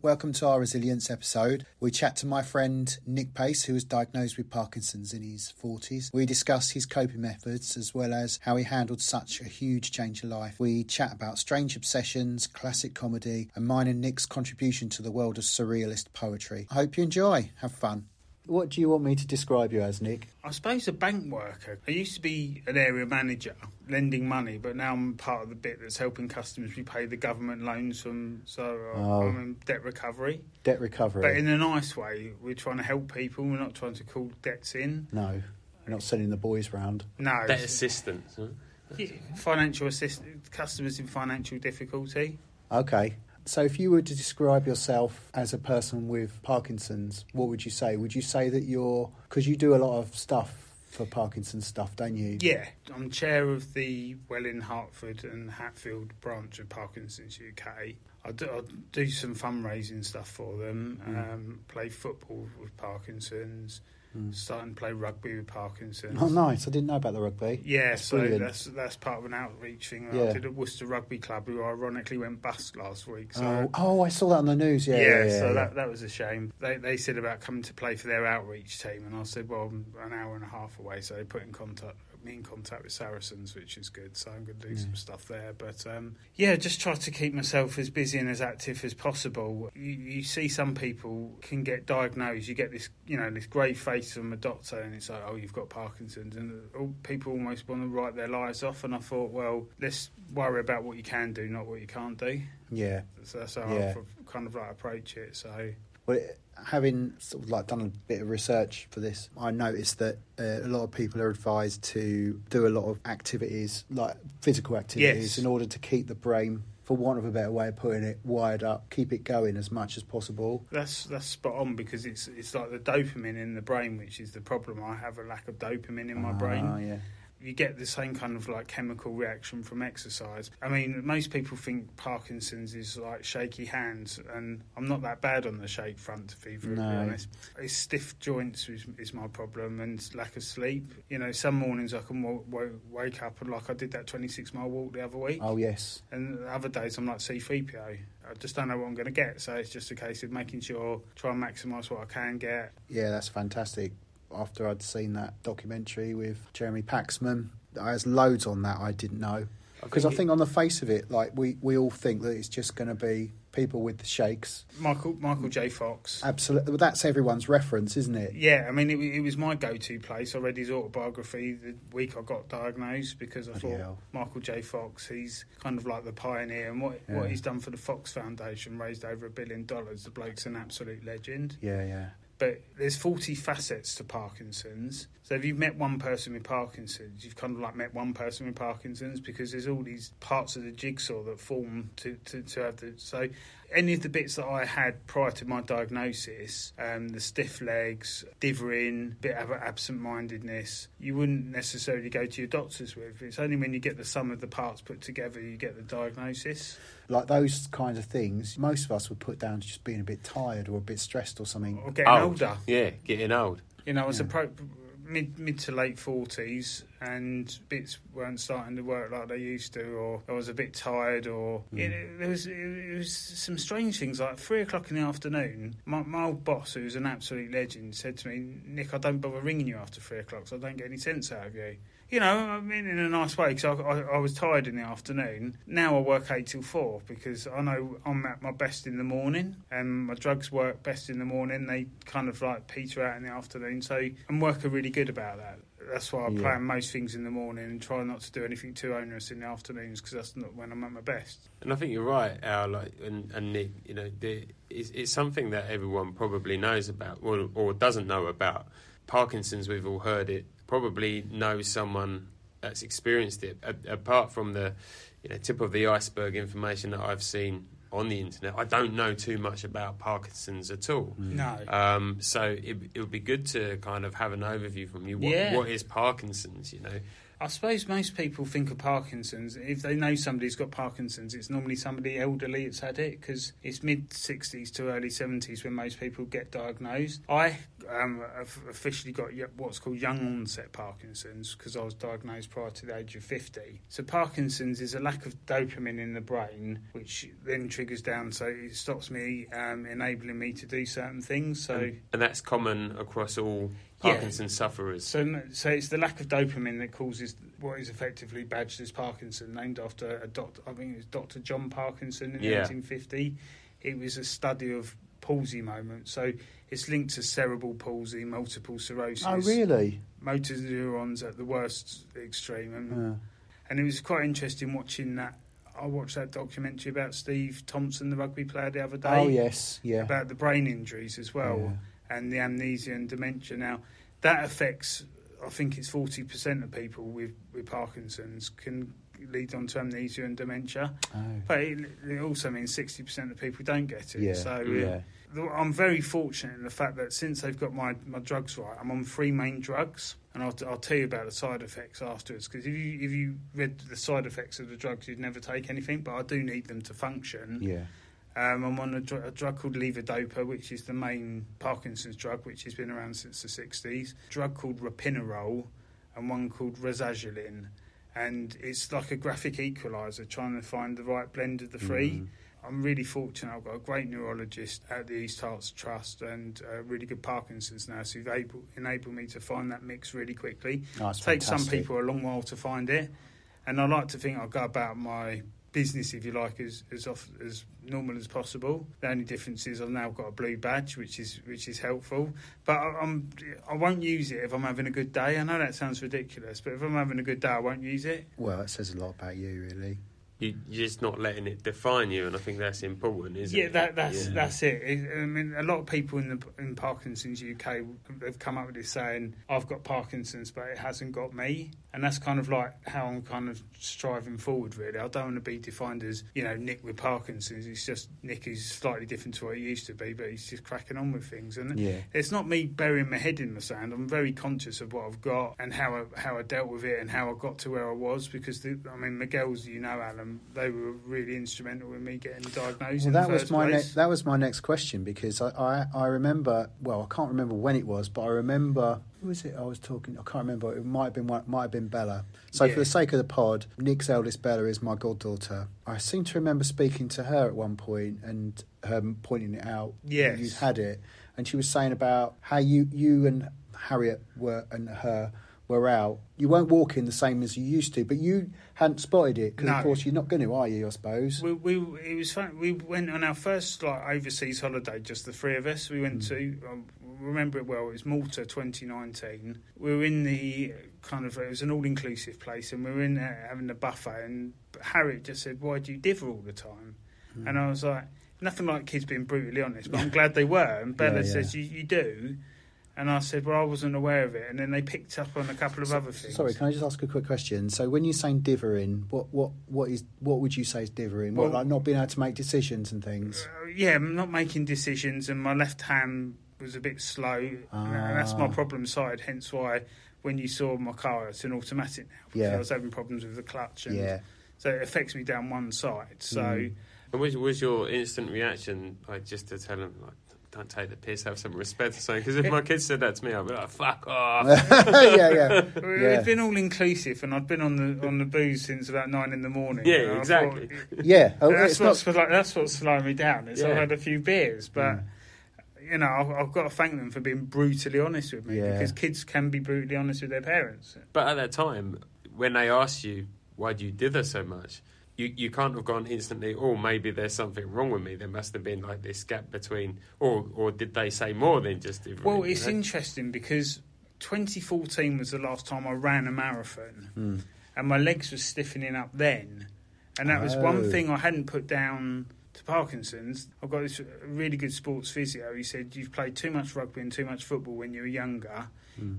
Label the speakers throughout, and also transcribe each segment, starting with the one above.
Speaker 1: Welcome to our resilience episode. We chat to my friend Nick Pace, who was diagnosed with Parkinson's in his 40s. We discuss his coping methods as well as how he handled such a huge change of life. We chat about strange obsessions, classic comedy, and mine and Nick's contribution to the world of surrealist poetry. I hope you enjoy. Have fun. What do you want me to describe you as, Nick?
Speaker 2: I suppose a bank worker. I used to be an area manager, lending money, but now I'm part of the bit that's helping customers repay the government loans from. So uh,
Speaker 1: Oh.
Speaker 2: I'm in debt recovery,
Speaker 1: Debt recovery?
Speaker 2: but in a nice way. We're trying to help people. We're not trying to call debts in.
Speaker 1: no, we're not sending the boys round.
Speaker 2: No,
Speaker 3: Debt assistance. Huh?
Speaker 2: Yeah, financial assistance, customers in financial difficulty.
Speaker 1: Okay. So, if you were to describe yourself as a person with Parkinson's, what would you say? Would you say that you're because you do a lot of stuff for Parkinson's stuff, don't you?
Speaker 2: Yeah, I'm chair of the Welling, Hartford, and Hatfield branch of Parkinson's UK. I do, I do some fundraising stuff for them.
Speaker 1: Hmm.
Speaker 2: Um, play football with Parkinson's. Starting to play rugby with Parkinson's.
Speaker 1: Hmm. Oh, nice. I didn't know about the rugby.
Speaker 2: Yeah,
Speaker 1: That's
Speaker 2: so
Speaker 1: brilliant.
Speaker 2: that's that's part of an outreach thing.
Speaker 1: Yeah.
Speaker 2: I did at Worcester Rugby Club, who ironically went bust last week. So
Speaker 1: Oh, oh, I saw that on the news. Yeah, yeah. yeah,
Speaker 2: so
Speaker 1: yeah.
Speaker 2: That, that was a shame. They, they said about coming to play for their outreach team, and I said, well, I'm an hour and a half away, so they put in contact me in contact with Saracens, which is good. So I'm going to do some stuff there. But um, yeah, just try to keep myself as busy and as active as possible. You, you see, some people can get diagnosed. You get this, you know, this grey face from a doctor, and it's like, oh, you've got Parkinson's, and all, people almost want to write their lives off. And I thought, well, let's worry about what you can do, not what you can't do.
Speaker 1: yeah.
Speaker 2: So that's how
Speaker 1: Yeah.
Speaker 2: I kind of like approach it. So
Speaker 1: Well, it- having sort of like done a bit of research for this, I noticed that uh, a lot of people are advised to do a lot of activities, like physical activities,
Speaker 2: Yes.
Speaker 1: in order to keep the brain, for want of a better way of putting it, wired up, keep it going as much as possible.
Speaker 2: that's that's spot on because it's it's like the dopamine in the brain, which is the problem. I have a lack of dopamine in my
Speaker 1: Ah,
Speaker 2: brain.
Speaker 1: yeah.
Speaker 2: You get the same kind of like chemical reaction from exercise. I mean, most people think Parkinson's is like shaky hands, and I'm not that bad on the shake front, to be very
Speaker 1: No.
Speaker 2: honest. It's stiff joints is, is my problem, and lack of sleep. You know, some mornings I can w- w- wake up and like I did that 26 mile walk the other week.
Speaker 1: Oh yes.
Speaker 2: And other days I'm like C3PO. I just don't know what I'm going to get. So it's just a case of making sure, try and maximise what I can get.
Speaker 1: Yeah, that's fantastic. After I'd seen that documentary with Jeremy Paxman, there's loads on that I didn't know. Because I
Speaker 3: it-
Speaker 1: think on the face of it, like we, we all think that it's just going to be people with the shakes.
Speaker 2: Michael Michael J Fox.
Speaker 1: Absolutely, well, that's everyone's reference, isn't it?
Speaker 2: Yeah, I mean, it, wa- it was my go to place. I read his autobiography the week I got diagnosed because I
Speaker 1: Bloody
Speaker 2: thought
Speaker 1: hell.
Speaker 2: Michael J. Fox, he's kind of like the pioneer. And what,
Speaker 1: Yeah.
Speaker 2: what he's done for the Fox Foundation, raised over a billion dollars. The bloke's an absolute legend.
Speaker 1: Yeah, yeah.
Speaker 2: but there's 40 facets to Parkinson's. So if you've met one person with Parkinson's, you've kind of like met one person with Parkinson's because there's all these parts of the jigsaw that form to, to, to have the. So any of the bits that I had prior to my diagnosis, um, the stiff legs, dithering, bit of absent mindedness, you wouldn't necessarily go to your doctors with. It's only when you get the sum of the parts put together you get the diagnosis.
Speaker 1: Like those kinds of things, most of us would put down to just being a bit tired or a bit stressed or something.
Speaker 2: Or
Speaker 3: Oh.
Speaker 2: getting older.
Speaker 3: Yeah, getting old.
Speaker 2: You know, I was appro mid mid to late forties, and bits weren't starting to work like they used to, or I was a bit tired, or you know, there was it, it was some strange things. Like three o'clock in the afternoon, my, my old boss, who's an absolute legend, said to me, "Nick, I don't bother ringing you after three o'clock, so I don't get any sense out of you." You know, I mean, in a nice way, because I, I, I was tired in the afternoon. Now I work eight till four because I know I'm at my best in the morning, and my drugs work best in the morning. They kind of like peter out in the afternoon, so I'm working really good about that. That's why I
Speaker 1: Yeah.
Speaker 2: plan most things in the morning and try not to do anything too onerous in the afternoons because that's not when I'm at my best.
Speaker 3: And I think you're right, Al, like, and, and Nick, you know, the, it's, it's something that everyone probably knows about or, or doesn't know about. Parkinson's, we've all heard it, probably know someone that's experienced it. A, apart from the you know, tip of the iceberg information that I've seen on the internet, I don't know too much about Parkinson's at all.
Speaker 2: No.
Speaker 3: Um, so it, it would be good to kind of have an overview from you. What,
Speaker 2: Yeah.
Speaker 3: what is Parkinson's? You know,
Speaker 2: I suppose most people think of Parkinson's. If they know somebody's got Parkinson's, it's normally somebody elderly that's had it because it's mid 60s to early 70s when most people get diagnosed. I um, have officially got y- what's called young onset Parkinson's because I was diagnosed prior to the age of 50. So, Parkinson's is a lack of dopamine in the brain, which then triggers down, so it stops me um, enabling me to do certain things. So,
Speaker 3: and, and that's common across all
Speaker 2: Yeah.
Speaker 3: Parkinson's sufferers.
Speaker 2: so, m- so it's the lack of dopamine that causes what is effectively badged as Parkinson, named after a doctor. I think it was Dr. John Parkinson in
Speaker 3: Yeah.
Speaker 2: 1950. It was a study of palsy moments. So it's linked to cerebral palsy, multiple sclerosis,
Speaker 1: Oh, really?
Speaker 2: motor neurons at the worst extreme, and
Speaker 1: Yeah.
Speaker 2: and it was quite interesting watching that. I watched that documentary about Steve Thompson, the rugby player, the other day.
Speaker 1: Oh, yes. Yeah.
Speaker 2: About the brain injuries as well
Speaker 1: Yeah.
Speaker 2: and the amnesia and dementia. Now, that affects, I think it's 40% of people with, with Parkinson's can lead on to amnesia and dementia.
Speaker 1: Oh.
Speaker 2: But it, it also means 60% of people don't get it.
Speaker 1: Yeah.
Speaker 2: So uh,
Speaker 1: yeah.
Speaker 2: th- I'm very fortunate in the fact that since they've got my, my drugs right, I'm on three main drugs. And I'll, t- I'll tell you about the side effects afterwards because if you, if you read the side effects of the drugs, you'd never take anything, but I do need them to function.
Speaker 1: Yeah.
Speaker 2: Um, I'm on a, dr- a drug called levodopa, which is the main Parkinson's drug, which has been around since the 60s. drug called rapinerol, and one called resagilin. And it's like a graphic equalizer, trying to find the right blend of the three.
Speaker 1: Mm.
Speaker 2: I'm really fortunate. I've got a great neurologist at the East Hearts Trust and a really good Parkinson's nurse who've able, enabled me to find that mix really quickly.
Speaker 1: Oh, it's
Speaker 2: It takes some
Speaker 1: fantastic.
Speaker 2: people a long while to find it, and I like to think I go about my business, if you like, as as off, as normal as possible. The only difference is I've now got a blue badge, which is which is helpful. But I, I'm I won't use it if I'm having a good day. I know that sounds ridiculous, but if I'm having a good day, I won't use it.
Speaker 1: Well, it says a lot about you, really.
Speaker 3: You, you're just not letting it define you, and I think that's important, isn't
Speaker 2: yeah,
Speaker 3: it?
Speaker 2: that, that's
Speaker 3: Yeah.
Speaker 2: that's it. It- I mean, a lot of people in the in Parkinson's UK have come up with this saying, "I've got Parkinson's, but it hasn't got me," and that's kind of like how I'm kind of striving forward. Really, I don't want to be defined as you know Nick with Parkinson's. It's just Nick is slightly different to what he used to be, but he's just cracking on with things. And
Speaker 1: Yeah.
Speaker 2: it's not me burying my head in the sand. I'm very conscious of what I've got and how I, how I dealt with it and how I got to where I was because the, I mean Miguel's, you know, Alan, they were really instrumental in me getting diagnosed.
Speaker 1: Well,
Speaker 2: in
Speaker 1: that
Speaker 2: the
Speaker 1: was
Speaker 2: first
Speaker 1: my ne-
Speaker 2: place.
Speaker 1: that was my next question because I, I I remember well I can't remember when it was but I remember who was it I was talking I can't remember it might have been one- might have been Bella so
Speaker 2: Yeah.
Speaker 1: for the sake of the pod Nick's eldest Bella is my goddaughter I seem to remember speaking to her at one point and her pointing it out
Speaker 2: Yes.
Speaker 1: you had it and she was saying about how you you and Harriet were and her were out you weren't walking the same as you used to but you hadn't spotted it because
Speaker 2: No.
Speaker 1: of course you're not going to are you I suppose
Speaker 2: we, we it was fun. We went on our first like overseas holiday, just the three of us. We
Speaker 1: Hmm.
Speaker 2: went to um, remember it well. It was Malta, 2019. We were in the kind of it was an all inclusive place, and we were in there having a buffet. And Harriet just said, "Why do you diver all the time?"
Speaker 1: Hmm.
Speaker 2: And I was like, "Nothing like kids being brutally honest, but I'm glad they were." And Bella
Speaker 1: Yeah, yeah.
Speaker 2: says, you, "You do." And I said, "Well, I wasn't aware of it." And then they picked up on a couple of other things.
Speaker 1: Sorry, can I just ask a quick question? So, when you're saying divering, what what what is what would you say is divering? What
Speaker 2: Well-
Speaker 1: like not being able to make decisions and things?
Speaker 2: Uh, yeah, I'm not making decisions, and my left hand was a bit slow, and that's my
Speaker 1: Ah.
Speaker 2: problem side. Hence why when you saw my car, it's an automatic now. Because
Speaker 1: Yeah.
Speaker 2: I was having problems with the clutch, and
Speaker 1: Yeah,
Speaker 2: so it affects me down one side. So
Speaker 1: Mm.
Speaker 3: And was, was your instant reaction like just to tell him like, don't take the piss, have some respect or something? Because if my kids said that to me, I'd be like, fuck off.
Speaker 1: yeah, yeah.
Speaker 2: it
Speaker 1: Hmm. Yeah.
Speaker 2: had been all inclusive, and I'd been on the on the booze since about nine in the morning.
Speaker 3: Yeah,
Speaker 2: and I
Speaker 3: exactly.
Speaker 2: thought,
Speaker 1: yeah. Oh,
Speaker 2: that's
Speaker 1: it's not. Hmm.
Speaker 2: what's like, that's what's slowing me down. Is I've
Speaker 3: Yeah.
Speaker 2: had a few beers, but you know I've, I've got to thank them for being brutally honest with me
Speaker 1: Yeah.
Speaker 2: because kids can be brutally honest with their parents.
Speaker 3: but at that time, when they asked you why do you dither so much, you, you can't have gone instantly, oh, maybe there's something wrong with me. There must have been like this gap between, or or did they say more than just divering?
Speaker 2: Well,
Speaker 3: you
Speaker 2: it's
Speaker 3: know?
Speaker 2: interesting because 2014 was the last time I ran a marathon,
Speaker 1: Mm.
Speaker 2: and my legs were stiffening up then, and that was
Speaker 1: Oh.
Speaker 2: one thing I hadn't put down to Parkinson's. I've got this really good sports physio. He said you've played too much rugby and too much football when you were younger.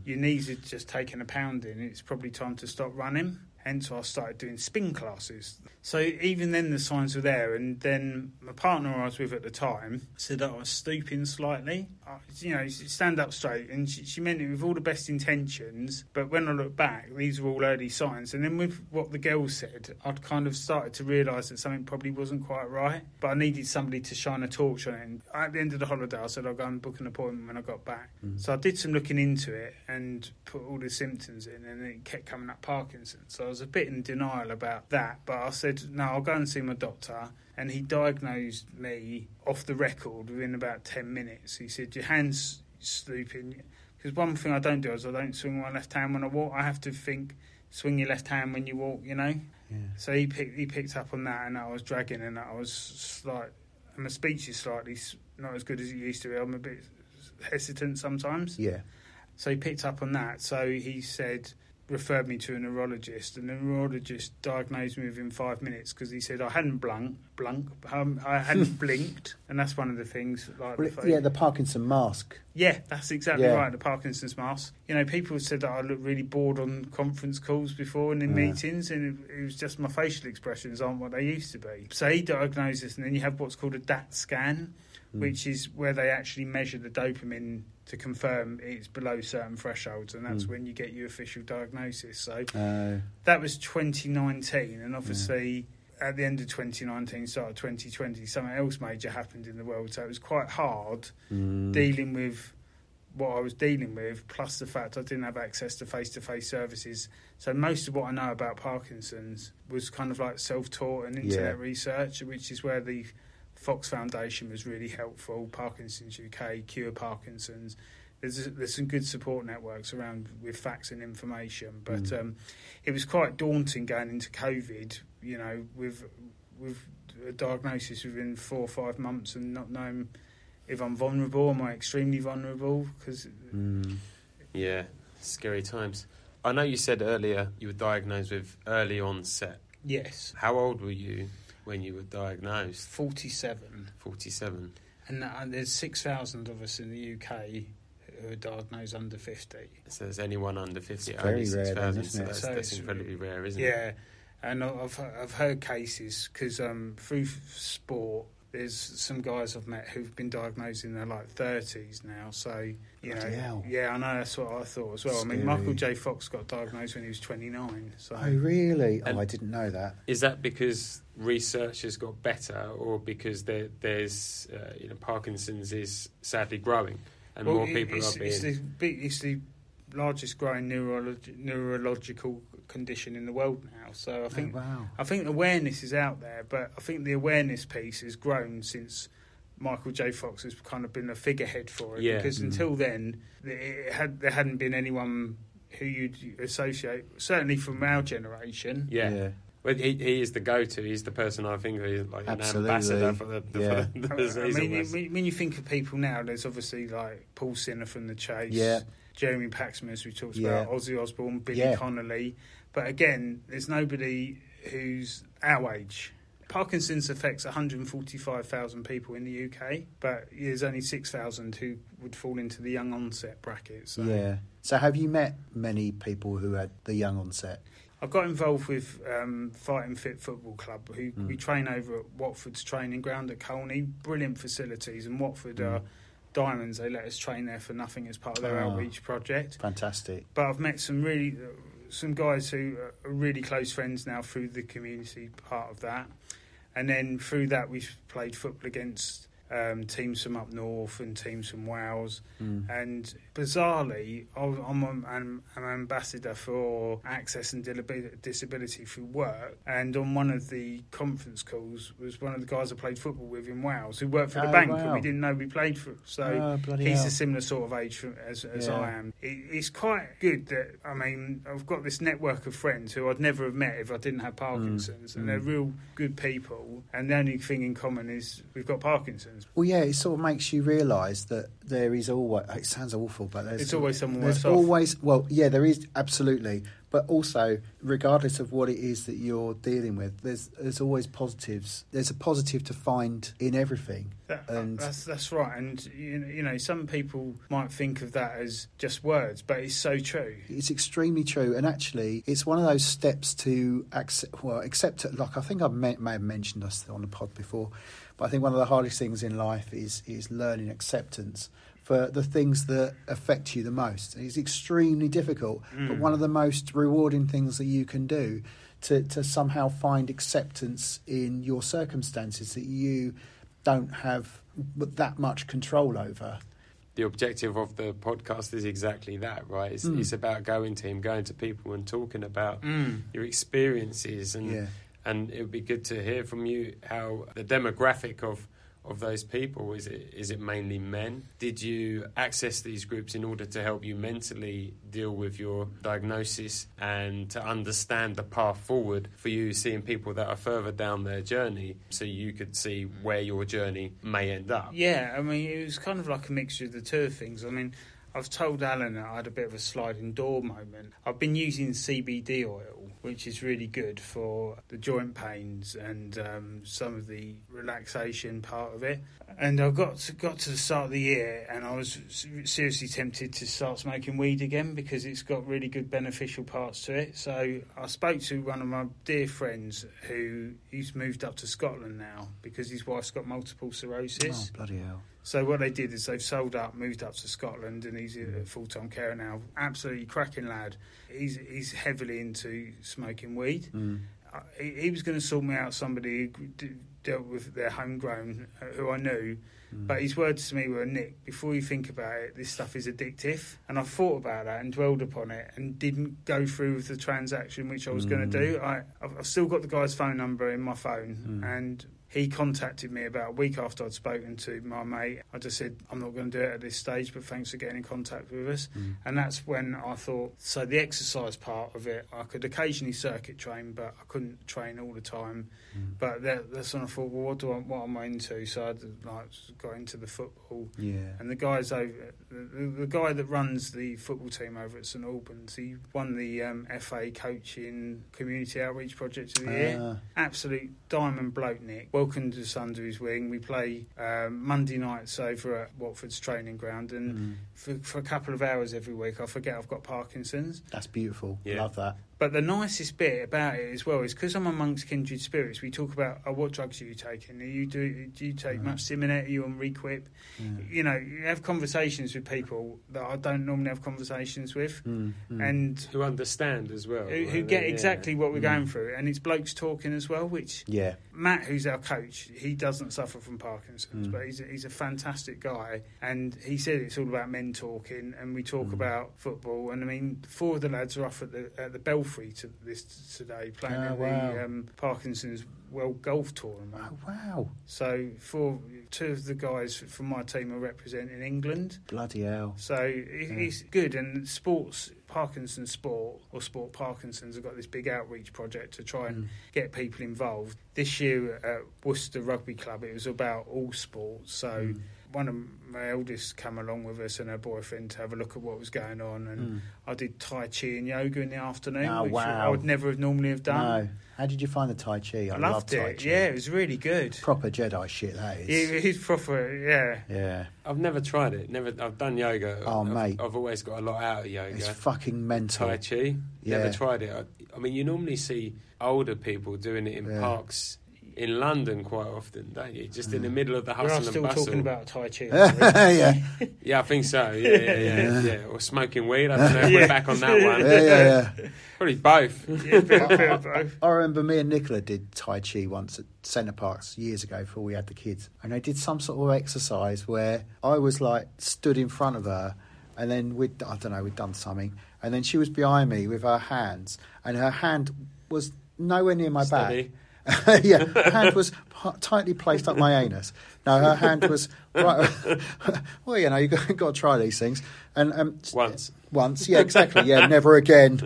Speaker 2: Your knees are just taking a pounding. It's probably time to stop running. Hence, why I started doing spin classes. So even then, the signs were there. And then my partner I was with at the time said that I was stooping slightly. I, you know, stand up straight. And she, she meant it with all the best intentions. But when I look back, these were all early signs. And then with what the girl said, I'd kind of started to realise that something probably wasn't quite right. But I needed somebody to shine a torch on it. And at the end of the holiday, I said I'll go and book an appointment when I got back.
Speaker 1: Mm.
Speaker 2: So I did some looking into it and put all the symptoms in, and it kept coming up Parkinson's. So I was a bit in denial about that, but I said, no, I'll go and see my doctor. And he diagnosed me off the record within about 10 minutes. He said, Your hand's slooping. Because one thing I don't do is I don't swing my left hand when I walk. I have to think, swing your left hand when you walk, you know?
Speaker 1: Yeah.
Speaker 2: So he picked he picked up on that, and I was dragging, and I was like, and my speech is slightly s- not as good as it used to be. I'm a bit hesitant sometimes.
Speaker 1: Yeah.
Speaker 2: So he picked up on that. So he said, referred me to a neurologist, and the neurologist diagnosed me within five minutes because he said I hadn't blunk, blunk, um, I hadn't blinked, and that's one of the things.
Speaker 1: Well,
Speaker 2: Like the
Speaker 1: it-
Speaker 2: pho-
Speaker 1: yeah, the Parkinson mask.
Speaker 2: yeah, that's exactly
Speaker 1: Yeah.
Speaker 2: right. The Parkinson's mask. You know, people have said that I look really bored on conference calls before and in
Speaker 1: Yeah.
Speaker 2: meetings, and it, it was just my facial expressions aren't what they used to be. So he diagnosed this, and then you have what's called a DAT scan,
Speaker 1: Mm.
Speaker 2: which is where they actually measure the dopamine to confirm it's below certain thresholds, and that's
Speaker 1: Mm.
Speaker 2: when you get your official diagnosis. So
Speaker 1: Uh,
Speaker 2: that was 2019, and obviously at the end of 2019, start of 2020, something else major happened in the world, so it was quite hard
Speaker 1: mm.
Speaker 2: dealing with what I was dealing with, plus the fact I didn't have access to face to face services. So most of what I know about Parkinson's was kind of like self taught and internet
Speaker 1: Yeah.
Speaker 2: research, which is where the Fox Foundation was really helpful. Parkinson's UK, Cure Parkinson's. There's, there's some good support networks around with facts and information, but
Speaker 1: Mm.
Speaker 2: um, it was quite daunting going into COVID. You know, with with a diagnosis within four or five months and not knowing if I'm vulnerable, am I extremely vulnerable? Because
Speaker 1: Mm.
Speaker 3: Yeah, scary times. I know you said earlier you were diagnosed with early onset.
Speaker 2: yes,
Speaker 3: How old were you when you were diagnosed?
Speaker 2: 47,
Speaker 3: 47.
Speaker 2: and uh, there's 6,000 of us in the UK who are diagnosed under 50.
Speaker 3: So there's anyone under 50,
Speaker 1: It's
Speaker 3: only
Speaker 1: very rare then,
Speaker 3: 6,000.
Speaker 1: isn't
Speaker 3: So
Speaker 1: it?
Speaker 3: that's,
Speaker 2: So
Speaker 3: that's
Speaker 2: it's-
Speaker 3: incredibly rare, isn't it?
Speaker 2: Yeah, and I- I've I've heard cases because um, through f- sport, there's some guys I've met who've been diagnosed in their like thirties now. So you
Speaker 1: Bloody
Speaker 2: know,
Speaker 1: hell.
Speaker 2: yeah, I know that's what I thought as well. I mean,
Speaker 1: Scary.
Speaker 2: Michael J. Fox got diagnosed when he was twenty nine. So
Speaker 1: Oh, really?
Speaker 3: And-
Speaker 1: oh, I didn't know that.
Speaker 3: Is that because research has got better or because there, there's, uh, you know, Parkinson's is sadly growing and
Speaker 2: Well,
Speaker 3: more
Speaker 2: it-
Speaker 3: people
Speaker 2: it's,
Speaker 3: are being.
Speaker 2: it's the big, it's the largest growing neurolog- neurological condition in the world now. So I think
Speaker 1: oh, wow.
Speaker 2: I think awareness is out there, but I think the awareness piece has grown since Michael J. Fox has kind of been a figurehead for it.
Speaker 3: Yeah.
Speaker 2: Because
Speaker 1: Mm.
Speaker 2: until then, it had, there hadn't been anyone who you'd associate, certainly from our generation.
Speaker 3: yeah. Well, he, he is the go-to. He's the person I think is like
Speaker 1: Absolutely.
Speaker 3: an ambassador for the, the,
Speaker 1: Yeah.
Speaker 2: I
Speaker 3: for the, the disease.
Speaker 2: mean,
Speaker 3: almost.
Speaker 2: when- when you think of people now, there's obviously like Paul Sinner from The Chase,
Speaker 1: Yeah.
Speaker 2: Jeremy Paxman, as we talked
Speaker 1: Yeah.
Speaker 2: about, Ozzy Osbourne, Billy
Speaker 1: Yeah.
Speaker 2: Connolly. But again, there's nobody who's our age. Parkinson's affects 145,000 people in the UK, but there's only 6,000 who would fall into the young onset bracket. So
Speaker 1: Yeah. So, have you met many people who had the young onset?
Speaker 2: I got involved with um, Fighting Fit Football Club, who
Speaker 1: Mm.
Speaker 2: we train over at Watford's training ground at Colney. Brilliant facilities, and Watford are diamonds. They let us train there for nothing as part of their
Speaker 1: Ah.
Speaker 2: outreach project.
Speaker 1: Fantastic.
Speaker 2: But I've met some really uh, some guys who are really close friends now through the community part of that, and then through that we've played football against um, teams from up north and teams from Wales.
Speaker 1: Mm.
Speaker 2: And bizarrely, I'm, I'm, I'm I'm an ambassador for access and dilabi- disability through work. And on one of the conference calls was one of the guys I played football with in Wales who worked for the
Speaker 1: Oh,
Speaker 2: bank, and
Speaker 1: wow.
Speaker 2: we didn't know we played for. So
Speaker 1: oh, bloody
Speaker 2: he's
Speaker 1: hell.
Speaker 2: a similar sort of age from, as, as
Speaker 1: Yeah.
Speaker 2: I am. It, it's quite good that I mean I've got this network of friends who I'd never have met if I didn't
Speaker 1: Hmm.
Speaker 2: have Parkinson's, and they're
Speaker 1: mm.
Speaker 2: real good people. And the only thing in common is we've got Parkinson's.
Speaker 1: Well, yeah, it sort of makes you realise that there is always. It sounds awful, but there's
Speaker 2: It's always someone
Speaker 1: There's
Speaker 2: worse off.
Speaker 1: always well, yeah, there is absolutely, But also, regardless of what it is that you're dealing with, there's there's always positives. There's a positive to find in everything.
Speaker 2: That,
Speaker 1: And-
Speaker 2: that's that's right, and you, you know some people might think of that as just words, but it's so true.
Speaker 1: It's extremely true, and actually, it's one of those steps to accept. Well, accept it. Like I think I may, may have mentioned this on the pod before, but I think one of the hardest things in life is is learning acceptance for the things that affect you the most. It's extremely difficult, but one of the most rewarding things that you can do to to somehow find acceptance in your circumstances that you don't have that much control over.
Speaker 3: the objective of the podcast is exactly that, right? It's,
Speaker 1: Mm.
Speaker 3: it's about going to him, going to people, and talking about your experiences, and
Speaker 1: Yeah.
Speaker 3: and it would be good to hear from you how the demographic of of those people is it is it mainly men? Did you access these groups in order to help you mentally deal with your diagnosis and to understand the path forward for you? Seeing people that are further down their journey, so you could see where your journey may end up.
Speaker 2: Yeah, I mean, it was kind of like a mixture of the two of things. I mean, I've told Alan that I had a bit of a sliding door moment. I've been using CBD oil, which is really good for the joint pains and um, some of the relaxation part of it. And I got to, got to the start of the year, and I was se- seriously tempted to start smoking weed again because it's got really good beneficial parts to it. So I spoke to one of my dear friends who he's moved up to Scotland now because his wife's got multiple
Speaker 1: Oh,
Speaker 2: cirrhosis.
Speaker 1: bloody hell!
Speaker 2: So what they did is they've sold up, moved up to Scotland, and he's in full time care now. Absolutely cracking lad. He's he's heavily into smoking weed.
Speaker 1: Mm.
Speaker 2: I, he he was going to sort me out somebody who d- dealt with their homegrown, uh, who I knew.
Speaker 1: Mm.
Speaker 2: But his words to me were, Nick, before you think about it, this stuff is addictive. And I thought about that and dwelled upon it and didn't go through with the transaction which I was going
Speaker 1: Mm.
Speaker 2: to do. I, I've I've still got the guy's phone number in my phone.
Speaker 1: Mm.
Speaker 2: And he contacted me about a week after I'd spoken to my mate. I just said, I'm not going to do it at this stage, but thanks for getting in contact with us.
Speaker 1: Mm.
Speaker 2: And that's when I thought, so the exercise part of it, I could occasionally circuit train, but I couldn't train all the time.
Speaker 1: Mm.
Speaker 2: But that, that's when I thought, well, what do I, what am I into? So I like got into the football,
Speaker 1: Yeah.
Speaker 2: and the guys over, the, the guy that runs the football team over at St Albans, he won the um, FA Coaching Community Outreach Project of the Year
Speaker 1: Uh,
Speaker 2: absolute diamond bloke, Nick. Welcomed us under his wing. We play um, Monday nights over at Watford's training ground, and
Speaker 1: mm.
Speaker 2: for, for a couple of hours every week, I forget I've got Parkinson's.
Speaker 1: That's beautiful.
Speaker 3: Yeah.
Speaker 1: Love that.
Speaker 2: But the nicest bit about it as well is because I'm amongst kindred spirits. We talk about oh, what drugs are you taking? Are you do, do you take
Speaker 1: Right.
Speaker 2: much Siminet? Are you on Requip? You know, you have conversations with people that I don't normally have conversations with,
Speaker 1: Mm, mm. Oh,
Speaker 2: and
Speaker 3: who understand as well,
Speaker 2: who, who
Speaker 3: right?
Speaker 2: get
Speaker 3: Yeah.
Speaker 2: exactly what we're
Speaker 1: Mm.
Speaker 2: going through. And it's blokes talking as well, which
Speaker 1: yeah,
Speaker 2: Matt, who's our coach, he doesn't suffer from Parkinson's,
Speaker 1: Mm.
Speaker 2: but he's a, he's a fantastic guy. And he said it's all about men talking, and we talk
Speaker 1: Mm.
Speaker 2: about football. And I mean, four of the lads are off at the at the Belfry to this today playing
Speaker 1: Oh,
Speaker 2: in
Speaker 1: wow.
Speaker 2: the um, Parkinson's World Golf Tournament.
Speaker 1: Oh, wow,
Speaker 2: So four, two of the guys from my team are representing England.
Speaker 1: bloody hell.
Speaker 2: So it,
Speaker 1: Yeah.
Speaker 2: it's good, and sports Parkinson Sport or Sport Parkinson's have got this big outreach project to try and
Speaker 1: Mm.
Speaker 2: get people involved. This year at Worcester Rugby Club, it was about all sports. So
Speaker 1: Mm,
Speaker 2: one of my eldest came along with us and her boyfriend to have a look at what was going on, and
Speaker 1: mm.
Speaker 2: I did Tai Chi and yoga in the afternoon,
Speaker 1: Oh,
Speaker 2: which I
Speaker 1: wow.
Speaker 2: would never have normally have done.
Speaker 1: No, how did you find the Tai Chi? I,
Speaker 2: I
Speaker 1: love
Speaker 2: loved
Speaker 1: Tai
Speaker 2: it.
Speaker 1: Chi.
Speaker 2: Yeah, it was really good.
Speaker 1: proper Jedi shit that is.
Speaker 2: It, it's proper. Yeah,
Speaker 1: yeah,
Speaker 3: I've never tried it. Never. I've done yoga.
Speaker 1: Oh,
Speaker 3: I've,
Speaker 1: mate.
Speaker 3: I've always got a lot out of
Speaker 1: it's
Speaker 3: yoga.
Speaker 1: fucking mental.
Speaker 3: Tai Chi.
Speaker 1: Yeah.
Speaker 3: Never tried it. I, I mean, you normally see older people doing it in
Speaker 1: Yeah.
Speaker 3: parks in London quite often, don't you? Just in the middle of the
Speaker 2: we're
Speaker 3: hustle
Speaker 2: still
Speaker 3: and bustle.
Speaker 2: talking about Tai Chi. aren't we?
Speaker 1: yeah, yeah,
Speaker 3: Yeah, I think so. Yeah, yeah, yeah. yeah. Or smoking weed. I don't know if
Speaker 2: Yeah.
Speaker 3: we're back on that one.
Speaker 1: yeah, yeah.
Speaker 3: Probably both.
Speaker 2: yeah, a bit, a bit of both.
Speaker 1: I remember me and Nicola did Tai Chi once at Centre Parks years ago before we had the kids. And I did some sort of exercise where I was like stood in front of her and then we'd, I don't know, we'd done something. And then she was behind me with her hands and her hand was nowhere near my
Speaker 3: Steady.
Speaker 1: back. yeah, her hand was p- tightly placed up my anus. No, her hand was right. well, you know, you've got, got to try these things. And um,
Speaker 3: Once.
Speaker 1: once, yeah, exactly. Yeah, never again.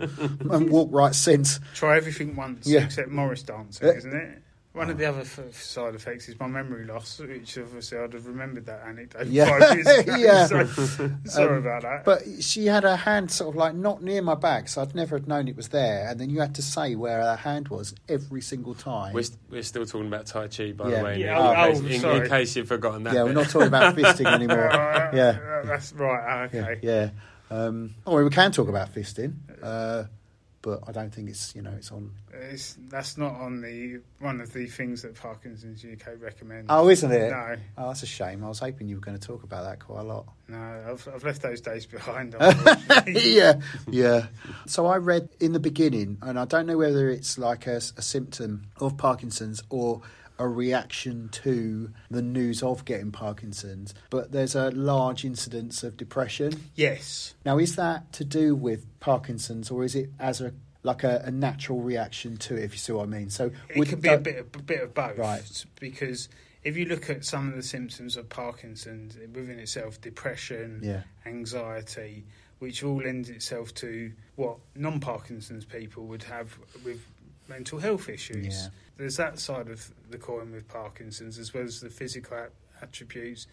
Speaker 1: And walk right since.
Speaker 2: Try everything once
Speaker 1: Yeah.
Speaker 2: except Morris dancing,
Speaker 1: Uh,
Speaker 2: isn't it? One of the other f- f- side effects is my memory loss, which obviously I'd have remembered that anecdote
Speaker 1: Yeah.
Speaker 2: five years ago.
Speaker 1: Yeah. Um,
Speaker 2: so- sorry about that.
Speaker 1: But she had her hand sort of like not near my back, so I'd never have known it was there. And then you had to say where her hand was every single time.
Speaker 3: We're, st- we're still talking about Tai Chi, by
Speaker 1: Yeah.
Speaker 3: the way.
Speaker 2: Yeah,
Speaker 1: oh,
Speaker 3: in,
Speaker 2: oh,
Speaker 3: case, in- in,
Speaker 2: sorry.
Speaker 3: case you've forgotten that.
Speaker 1: yeah, we're
Speaker 3: bit.
Speaker 1: not talking about fisting
Speaker 2: Uh,
Speaker 1: anymore. Yeah,
Speaker 2: uh, that's right. ah,
Speaker 1: yeah,
Speaker 2: Okay.
Speaker 1: yeah. Um, oh, well, we can talk about fisting, uh, but I don't think it's you know it's on.
Speaker 2: It's, that's not on the one of the things that Parkinson's UK recommends.
Speaker 1: Oh, isn't it?
Speaker 2: No,
Speaker 1: Oh, that's a shame. I was hoping you were going to talk about that quite a lot.
Speaker 2: no, I've, I've left those days behind. unfortunately.
Speaker 1: yeah, yeah. So I read in the beginning, and I don't know whether it's like a, a symptom of Parkinson's or a reaction to the news of getting Parkinson's, but there's a large incidence of depression.
Speaker 2: yes.
Speaker 1: Now, is that to do with Parkinson's, or is it as a like a, a natural reaction to it? If you see what I mean. So
Speaker 2: It
Speaker 1: would
Speaker 2: could be a bit, of- a bit of both,
Speaker 1: Right.
Speaker 2: Because if you look at some of the symptoms of Parkinson's within itself, depression,
Speaker 1: Yeah.
Speaker 2: anxiety, which all lends itself to what non-Parkinson's people would have with mental health issues.
Speaker 1: Yeah.
Speaker 2: There's that side of the coin with Parkinson's, as well as the physical a- attributes.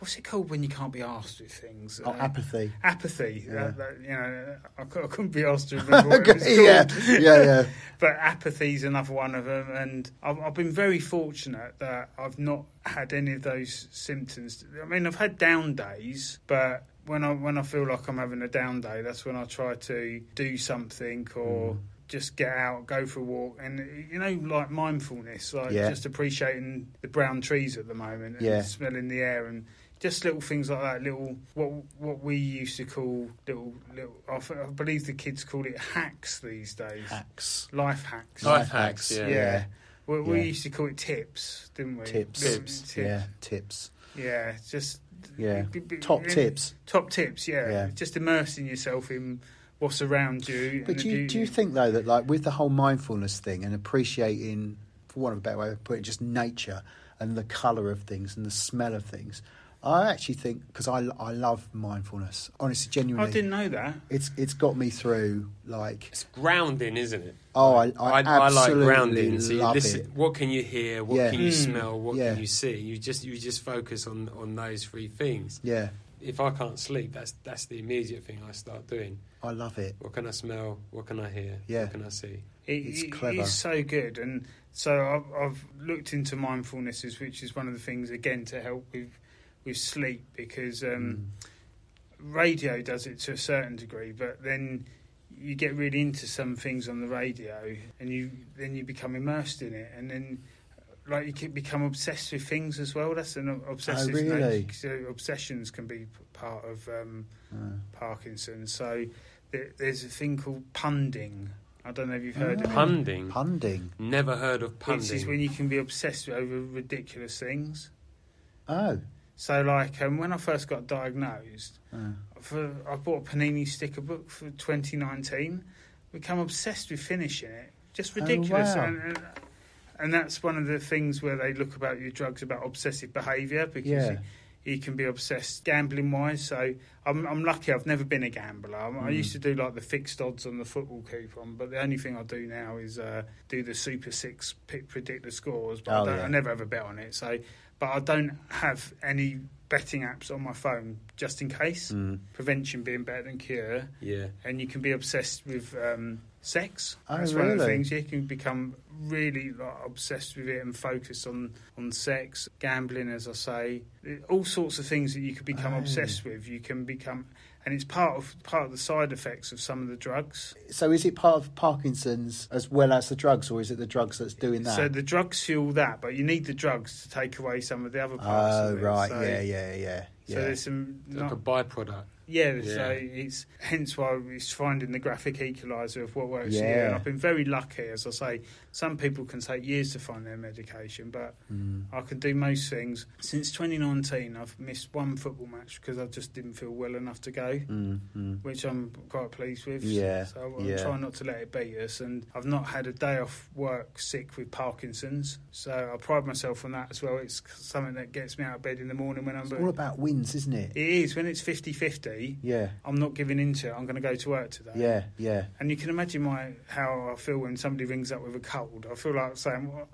Speaker 2: What's it called when you can't be asked with things?
Speaker 1: Oh,
Speaker 2: Uh,
Speaker 1: apathy.
Speaker 2: apathy.
Speaker 1: Yeah.
Speaker 2: That, that, you know, I, cou- I couldn't be asked to remember what it was called.
Speaker 1: yeah, yeah, yeah.
Speaker 2: But apathy's another one of them, and I've, I've been very fortunate that I've not had any of those symptoms. I mean, I've had down days, but when I when I feel like I'm having a down day, that's when I try to do something
Speaker 1: Mm.
Speaker 2: or. Just get out, go for a walk, and you know, like mindfulness, like
Speaker 1: Yeah.
Speaker 2: just appreciating the brown trees at the moment and
Speaker 1: Yeah.
Speaker 2: smelling the air and just little things like that. Little what what we used to call little little. I, f- I believe the kids call it hacks these days
Speaker 1: Hacks.
Speaker 2: life hacks.
Speaker 3: Life hacks, yeah.
Speaker 2: yeah. We,
Speaker 1: Yeah.
Speaker 2: we used to call it tips, didn't we?
Speaker 1: Tips.
Speaker 2: Little
Speaker 3: Tips.
Speaker 1: Yeah, tips.
Speaker 2: Yeah, just
Speaker 1: Yeah.
Speaker 2: b- b-
Speaker 1: Top
Speaker 2: in-
Speaker 1: tips.
Speaker 2: Top tips. Yeah.
Speaker 1: Yeah.
Speaker 2: just immersing yourself in what's around you.
Speaker 1: But
Speaker 2: and
Speaker 1: do
Speaker 2: the
Speaker 1: you, do you
Speaker 2: beauty.
Speaker 1: think though that like with the whole mindfulness thing and appreciating, for want of a better way of putting it, just nature and the color of things and the smell of things, I actually think because I, I love mindfulness. Honestly, genuinely,
Speaker 2: I didn't know that.
Speaker 1: it's it's got me through. Like
Speaker 3: It's grounding, isn't it?
Speaker 1: oh, I I,
Speaker 3: I, I like
Speaker 1: absolutely
Speaker 3: grounding. So you
Speaker 1: love
Speaker 3: listen,
Speaker 1: it.
Speaker 3: what can you hear? What
Speaker 1: Yeah.
Speaker 3: can you
Speaker 2: Mm.
Speaker 3: smell? What
Speaker 1: Yeah.
Speaker 3: can you see? You just you just focus on on those three things.
Speaker 1: Yeah,
Speaker 3: If I can't sleep, that's that's the immediate thing I start doing.
Speaker 1: I love it.
Speaker 3: What can I smell? What can I hear?
Speaker 1: Yeah.
Speaker 3: What can I see?
Speaker 2: It,
Speaker 1: It's
Speaker 2: it-
Speaker 1: clever.
Speaker 2: It's so good, and so I've, I've looked into mindfulnesses, which is one of the things again to help with with sleep because. Um,
Speaker 1: Mm.
Speaker 2: radio does it to a certain degree, but then you get really into some things on the radio, and you then you become immersed in it, and then like you can become obsessed with things as well. That's an ob- obsessive
Speaker 1: really?
Speaker 2: nature. So obsessions can be p- part of um,
Speaker 1: Mm. Uh,
Speaker 2: Parkinson's. So there, there's a thing called punding. I don't know if you've heard of it.
Speaker 3: Punding.
Speaker 1: Punding.
Speaker 3: Never heard of punding.
Speaker 2: Which is when you can be obsessed over ridiculous things.
Speaker 1: Oh.
Speaker 2: So like um, when I first got diagnosed,
Speaker 1: Uh,
Speaker 2: for I bought a Panini sticker book for 2019. Become obsessed with finishing it, just
Speaker 1: Oh,
Speaker 2: ridiculous.
Speaker 1: wow.
Speaker 2: and, and, and that's one of the things where they look about your drugs about obsessive behaviour because
Speaker 1: yeah.
Speaker 2: you, you can be obsessed gambling wise. So I'm, I'm lucky. I've never been a gambler. i I
Speaker 1: Mm.
Speaker 2: used to do like the fixed odds on the football coupon, but the only thing I do now is uh, do the Super Six pick, predict the scores. But
Speaker 1: Oh,
Speaker 2: I, don't,
Speaker 1: yeah.
Speaker 2: I never have a bet on it. So, but I don't have any betting apps on my phone just in case
Speaker 1: Mm.
Speaker 2: prevention being better than cure,
Speaker 3: yeah.
Speaker 2: and you can be obsessed with um, sex.
Speaker 1: Oh,
Speaker 2: That's one of the
Speaker 1: really?
Speaker 2: things you can become really like, obsessed with it and focused on on sex, gambling, as I say, all sorts of things that you could become
Speaker 1: Oh.
Speaker 2: obsessed with. You can become, and it's part of part of the side effects of some of the drugs.
Speaker 1: So is it part of Parkinson's as well as the drugs, or is it the drugs that's doing that?
Speaker 2: So the drugs fuel that, but you need the drugs to take away some of the other parts.
Speaker 1: Oh
Speaker 2: of it.
Speaker 1: right,
Speaker 2: So-
Speaker 1: yeah, yeah, yeah,
Speaker 2: So
Speaker 1: yeah.
Speaker 2: there's some
Speaker 3: Like
Speaker 2: not-
Speaker 3: a byproduct.
Speaker 2: Yeah, so
Speaker 3: Yeah.
Speaker 2: it's hence why it's finding the graphic equaliser of what works for you.
Speaker 1: Yeah.
Speaker 2: And I've been very lucky, as I say, some people can take years to find their medication, but
Speaker 1: Mm.
Speaker 2: I can do most things. Since 2019, I've missed one football match because I just didn't feel well enough to go.
Speaker 1: Mm, mm.
Speaker 2: Which I'm quite pleased with.
Speaker 1: Yeah,
Speaker 2: So I'm
Speaker 1: yeah.
Speaker 2: trying not to let it beat us. And I've not had a day off work sick with Parkinson's. So I pride myself on that as well. It's something that gets me out of bed in the morning when I'm.
Speaker 1: It's all about wins, isn't it?
Speaker 2: it is when it's 50 50.
Speaker 1: Yeah,
Speaker 2: I'm not giving in to it. I'm going to go to work today.
Speaker 1: yeah, yeah.
Speaker 2: And you can imagine my how I feel when somebody rings up with a cold. I feel like saying, well,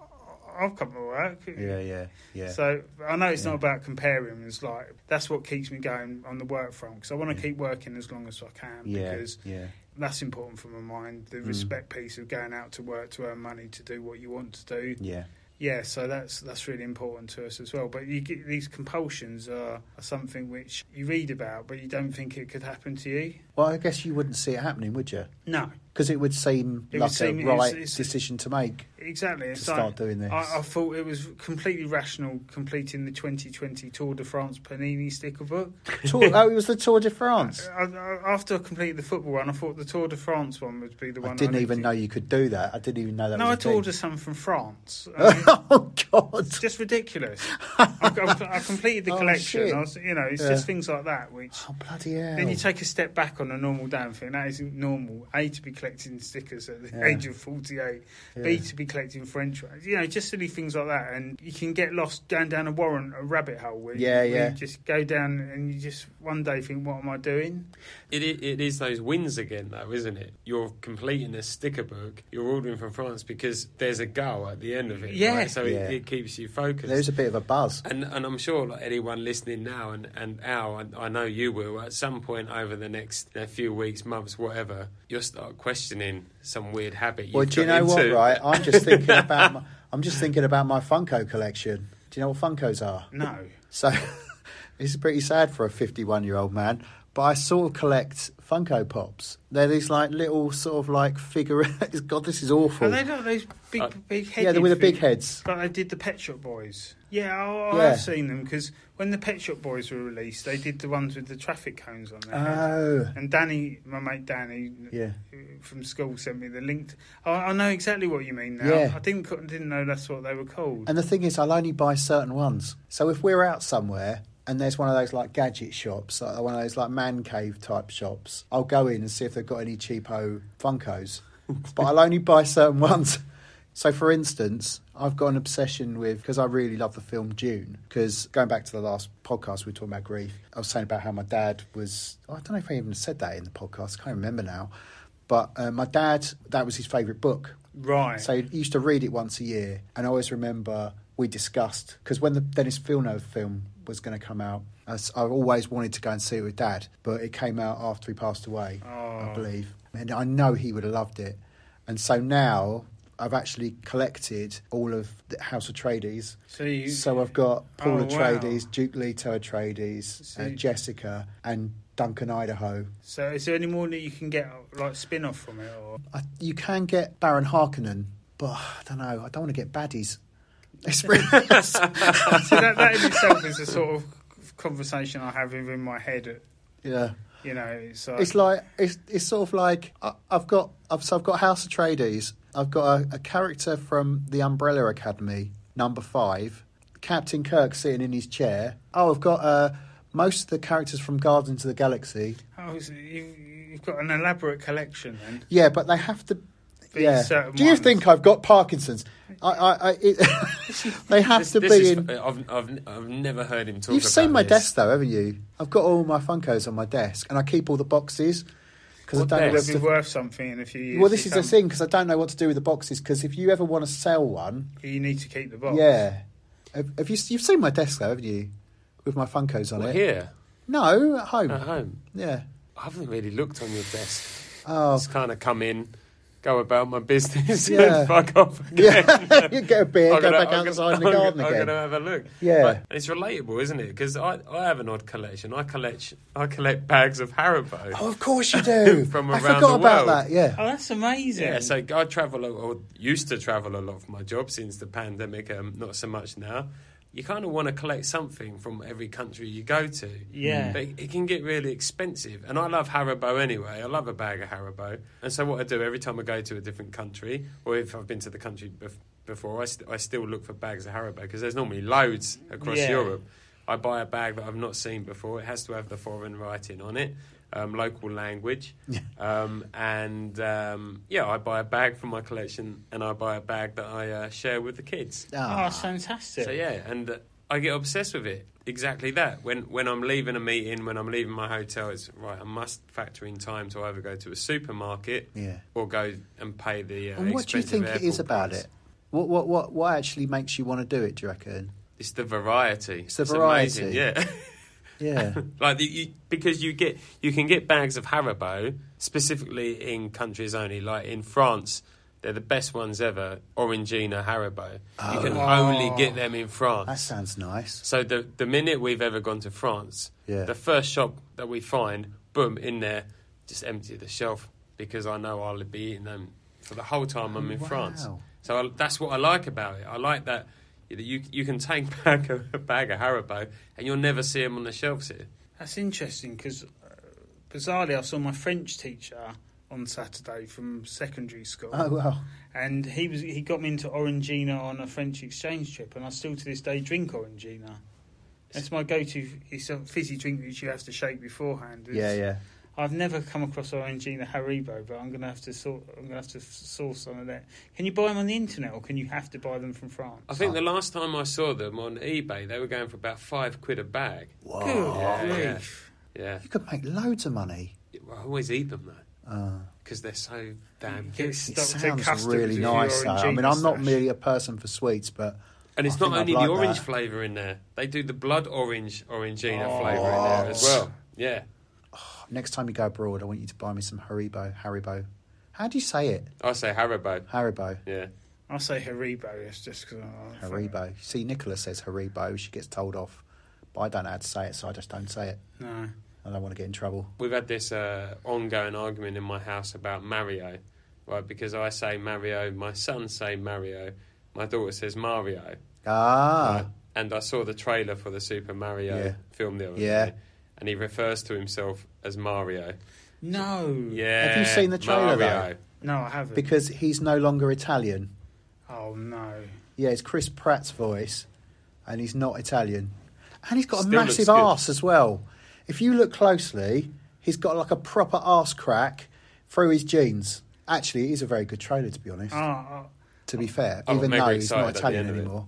Speaker 2: I've come to work.
Speaker 4: Yeah, yeah, yeah.
Speaker 2: So I know it's
Speaker 4: Yeah.
Speaker 2: not about comparing. It's like that's what keeps me going on the work front because I want to
Speaker 4: Yeah.
Speaker 2: keep working as long as I can
Speaker 4: yeah,
Speaker 2: because
Speaker 4: yeah,
Speaker 2: that's important for my mind. The
Speaker 4: Mm.
Speaker 2: respect piece of going out to work to earn money to do what you want to do.
Speaker 4: yeah,
Speaker 2: Yeah, so that's that's really important to us as well. But you get these compulsions are, are something which you read about, but you don't think it could happen to you.
Speaker 1: Well, I guess you wouldn't see it happening, would you?
Speaker 2: No,
Speaker 1: Because it would seem
Speaker 2: It would
Speaker 1: like
Speaker 2: seem
Speaker 1: a
Speaker 2: it's-
Speaker 1: right
Speaker 2: it's-
Speaker 1: decision to make
Speaker 2: exactly.
Speaker 1: to
Speaker 2: It's like,
Speaker 1: start doing this.
Speaker 2: I, I thought it was completely rational completing the 2020 Tour de France Panini sticker book.
Speaker 1: Tour, oh, it was the Tour de France.
Speaker 2: I, I, after I completed the football one, I thought the Tour de France one would be the one.
Speaker 1: I didn't even
Speaker 2: needed.
Speaker 1: know you could do that. I didn't even know that.
Speaker 2: No, I um,
Speaker 1: was a
Speaker 2: told
Speaker 1: thing.
Speaker 2: her some from France. I mean,
Speaker 1: oh God!
Speaker 2: it's just ridiculous. I've, I've, I completed the
Speaker 1: Oh,
Speaker 2: collection.
Speaker 1: shit.
Speaker 2: I was, you know, it's
Speaker 1: Yeah.
Speaker 2: just things like that which.
Speaker 1: Oh bloody hell!
Speaker 2: Then you take a step back on a normal day and think that isn't normal. A to be collecting stickers at the
Speaker 1: Yeah.
Speaker 2: age of forty-eight.
Speaker 1: Yeah.
Speaker 2: B to be collecting French fries. You know, just silly things like that, and you can get lost going down a warrant, a rabbit hole. Where
Speaker 1: Yeah,
Speaker 2: you,
Speaker 1: yeah.
Speaker 2: You just go down and you just one day think, what am I doing?
Speaker 3: It, i- it is those wins again, though, isn't it? You're completing a sticker book, you're ordering from France because there's a goal at the end of it.
Speaker 2: Yeah.
Speaker 3: right? So
Speaker 1: Yeah.
Speaker 3: It, it keeps you focused.
Speaker 1: There's a bit of a buzz.
Speaker 3: and, and I'm sure like anyone listening now and, and Al, and I know you will, at some point over the next you know, few weeks, months, whatever, you'll start questioning some weird habit. You've
Speaker 1: Well, do you know
Speaker 3: got
Speaker 1: what?
Speaker 3: into.
Speaker 1: Right, I'm just thinking about. My, I'm just thinking about my Funko collection. Do you know what Funkos are?
Speaker 2: No,
Speaker 1: So this is pretty sad for a 51 year old man. But I sort of collect Funko Pops. They're these like little sort of like figure. God, this is awful.
Speaker 2: are they like those big,
Speaker 3: Uh,
Speaker 2: big heads?
Speaker 1: yeah, they're with the big heads.
Speaker 2: Like they did the Pet Shop Boys. Yeah, I, I
Speaker 1: Yeah.
Speaker 2: have seen them because when the Pet Shop Boys were released, they did the ones with the traffic cones on their head.
Speaker 1: Oh,
Speaker 2: And Danny, my mate Danny uh,
Speaker 1: yeah.
Speaker 2: from school, sent me the link. I, I know exactly what you mean now.
Speaker 1: Yeah.
Speaker 2: I didn't co- didn't know that's what they were called.
Speaker 1: And the thing is, I'll only buy certain ones. So if we're out somewhere and there's one of those like gadget shops, like one of those like man cave type shops, I'll go in and see if they've got any cheapo Funkos. but I'll only buy certain ones. So, for instance, I've got an obsession with because I really love the film Dune. Because going back to the last podcast, we were talking about grief. I was saying about how my dad was. I don't know if I even said that in the podcast. I can't remember now. But uh, my dad, that was his favourite book.
Speaker 2: right.
Speaker 1: So he used to read it once a year, and I always remember we discussed because when the Dennis Villeneuve film was going to come out, I, s- I always wanted to go and see it with Dad, but it came out after he passed away, I
Speaker 2: Oh.
Speaker 1: believe, and I know he would have loved it, and so now. I've actually collected all of the House Atreides.
Speaker 2: So you,
Speaker 1: So I've got Paul
Speaker 2: Oh, wow.
Speaker 1: Atreides, Duke Leto Atreides,
Speaker 2: So
Speaker 1: uh,
Speaker 2: you-
Speaker 1: Jessica, and Duncan Idaho.
Speaker 2: So is there any more that you can get like spin off from it or
Speaker 1: I, you can get Baron Harkonnen, but I don't know. I don't want to get baddies. It's really-
Speaker 2: so that, that in itself is a sort of conversation I have in my head.
Speaker 1: yeah,
Speaker 2: You know, it's like,
Speaker 1: it's like it's it's sort of like I, I've got I've so I've got House of Atreides. I've got a, a character from the Umbrella Academy, number five, Captain Kirk sitting in his chair. Oh, I've got uh, most of the characters from Guardians of the Galaxy.
Speaker 2: oh, so you, you've got an elaborate collection then.
Speaker 1: Yeah, but they have to.
Speaker 2: Be
Speaker 1: yeah.
Speaker 2: certain
Speaker 1: Do you
Speaker 2: ones.
Speaker 1: think I've got Parkinson's? I, I, I it, they have
Speaker 3: This-
Speaker 1: to
Speaker 3: this
Speaker 1: be
Speaker 3: is-
Speaker 1: in.
Speaker 3: I've, I've, I've never heard him talk
Speaker 1: You've
Speaker 3: about
Speaker 1: seen my
Speaker 3: this.
Speaker 1: desk though, haven't you? I've got all my Funkos on my desk, and I keep all the boxes because I
Speaker 3: What
Speaker 1: don't know
Speaker 2: It'll
Speaker 1: what
Speaker 3: desk?
Speaker 2: be
Speaker 1: to.
Speaker 2: worth something in a few years.
Speaker 1: Well, this
Speaker 2: to
Speaker 1: is the
Speaker 2: come.
Speaker 1: thing because I don't know what to do with the boxes. Because if you ever want to sell one,
Speaker 2: You need to keep the box.
Speaker 1: yeah, have, have you? You've seen my desk though, haven't you? With my Funkos on
Speaker 3: Well,
Speaker 1: it.
Speaker 3: here, Uh-huh.
Speaker 1: No, at home.
Speaker 3: at home.
Speaker 1: Yeah.
Speaker 3: I haven't really looked on your desk.
Speaker 1: Oh.
Speaker 3: Just kind of come in, go about my business,
Speaker 1: Yeah.
Speaker 3: and fuck off.
Speaker 1: Yeah, you get a beer,
Speaker 3: I'm
Speaker 1: go
Speaker 3: gonna-
Speaker 1: back
Speaker 3: I'm
Speaker 1: outside in
Speaker 3: gonna-
Speaker 1: the garden
Speaker 3: I'm
Speaker 1: again.
Speaker 3: going to have a look.
Speaker 1: Yeah.
Speaker 3: But- and it's relatable, isn't it? Because I, I have an odd collection. I collect I collect bags of Haribo.
Speaker 1: Oh, of course you do.
Speaker 3: From
Speaker 1: I
Speaker 3: around
Speaker 1: forgot
Speaker 3: the
Speaker 1: about
Speaker 3: world.
Speaker 1: that. Yeah.
Speaker 2: Oh, that's amazing.
Speaker 3: Yeah, so I travel a- or used to travel a lot for my job since the pandemic, um, not so much now. You kind of want to collect something from every country you go to.
Speaker 2: Yeah.
Speaker 3: But it can get really expensive. And I love Haribo anyway. I love a bag of Haribo. And so what I do every time I go to a different country, or if I've been to the country bef- before, I, st- I still look for bags of Haribo because there's normally loads across
Speaker 2: Yeah.
Speaker 3: Europe. I buy a bag that I've not seen before. It has to have the foreign writing on it, um, local language. Um, and um, yeah, I buy a bag from my collection and I buy a bag that I uh, share with the kids.
Speaker 2: oh,
Speaker 1: Ah.
Speaker 2: that's fantastic.
Speaker 3: So yeah, and uh, I get obsessed with it. Exactly that. When when I'm leaving a meeting, when I'm leaving my hotel, it's right. I must factor in time to either go to a supermarket
Speaker 1: Yeah.
Speaker 3: or go and pay the. Uh,
Speaker 1: And what do you think
Speaker 3: expensive
Speaker 1: it is
Speaker 3: airport
Speaker 1: about
Speaker 3: price.
Speaker 1: it? What what what what actually makes you want to do it? Do you reckon?
Speaker 3: It's the variety.
Speaker 1: It's the variety.
Speaker 3: amazing, yeah.
Speaker 1: Yeah.
Speaker 3: like the, you, because you get you can get bags of Haribo specifically in countries only. Like in France, they're the best ones ever. Orangina Haribo. You can
Speaker 2: Oh.
Speaker 3: only get them in France.
Speaker 1: that sounds nice.
Speaker 3: So the the minute we've ever gone to France,
Speaker 1: Yeah.
Speaker 3: the first shop that we find, boom, in there, just empty the shelf because I know I'll be eating them for the whole time I'm in
Speaker 1: Oh, Wow.
Speaker 3: France. So I, that's what I like about it. I like that you you, you can take back a, a bag of Haribo and you'll never see them on the shelves here.
Speaker 2: That's interesting because uh, bizarrely, I saw my French teacher on Saturday from secondary school,
Speaker 1: Oh well.
Speaker 2: and he was he got me into Orangina on a French exchange trip, and I still to this day drink Orangina. It's my go-to. It's a fizzy drink that you have to shake beforehand. It's-
Speaker 1: Yeah, yeah.
Speaker 2: I've never come across Orangina Haribo, but I'm gonna have to sort. I'm gonna have to f- source some of that. Can you buy them on the internet, or can you have to buy them from France?
Speaker 3: I
Speaker 1: Ah.
Speaker 3: think the last time I saw them on eBay, they were going for about five quid a bag.
Speaker 1: Whoa.
Speaker 2: Good
Speaker 3: Yeah, Oh, yeah.
Speaker 2: grief.
Speaker 3: Yeah,
Speaker 1: You could make loads of money.
Speaker 3: I always eat them though
Speaker 1: Uh,
Speaker 3: because they're so damn
Speaker 2: You
Speaker 3: good.
Speaker 2: get
Speaker 1: it
Speaker 2: stuck to
Speaker 1: sounds
Speaker 2: customs
Speaker 1: really
Speaker 2: with your
Speaker 1: nice. Though. I
Speaker 2: Orangina
Speaker 1: mean, I'm not
Speaker 2: stash.
Speaker 1: merely a person for sweets, but
Speaker 3: And it's
Speaker 1: I
Speaker 3: not
Speaker 1: think I'd
Speaker 3: only
Speaker 1: like
Speaker 3: the orange
Speaker 1: that.
Speaker 3: flavour in there; they do the blood orange orangina
Speaker 2: Oh.
Speaker 3: flavour in there as well. Yeah,
Speaker 1: next time you go abroad, I want you to buy me some Haribo. Haribo. How do you say it?
Speaker 3: I say Haribo.
Speaker 1: Haribo.
Speaker 3: Yeah,
Speaker 2: I say Haribo. It's just because
Speaker 1: Haribo. See, Nicola says Haribo. She gets told off, but I don't know how to say it, so I just don't say it.
Speaker 2: No.
Speaker 1: I don't want to get in trouble.
Speaker 3: we've had this uh, ongoing argument in my house about Mario, right? Because I say Mario, my son say Mario, my daughter says Mario.
Speaker 1: Ah,
Speaker 3: Right? And I saw the trailer for the Super Mario
Speaker 1: Yeah.
Speaker 3: film the other
Speaker 1: Yeah. Mm.
Speaker 3: day, and he refers to himself as Mario.
Speaker 2: No.
Speaker 3: Yeah,
Speaker 1: Have you seen the trailer,
Speaker 3: Mario.
Speaker 2: No, I haven't.
Speaker 1: because he's no longer Italian.
Speaker 2: oh no.
Speaker 1: Yeah, it's Chris Pratt's voice, and he's not Italian. And he's got
Speaker 3: Still
Speaker 1: a
Speaker 3: looks
Speaker 1: massive
Speaker 3: good.
Speaker 1: arse as well. If you look closely, he's got like a proper arse crack through his jeans. Actually, it is a very good trailer, to be honest.
Speaker 2: Ah, ah.
Speaker 1: to be fair,
Speaker 3: I'm
Speaker 1: even
Speaker 3: mega
Speaker 1: though he's not
Speaker 3: Oh, excited at the
Speaker 1: Italian
Speaker 3: end of it.
Speaker 1: anymore.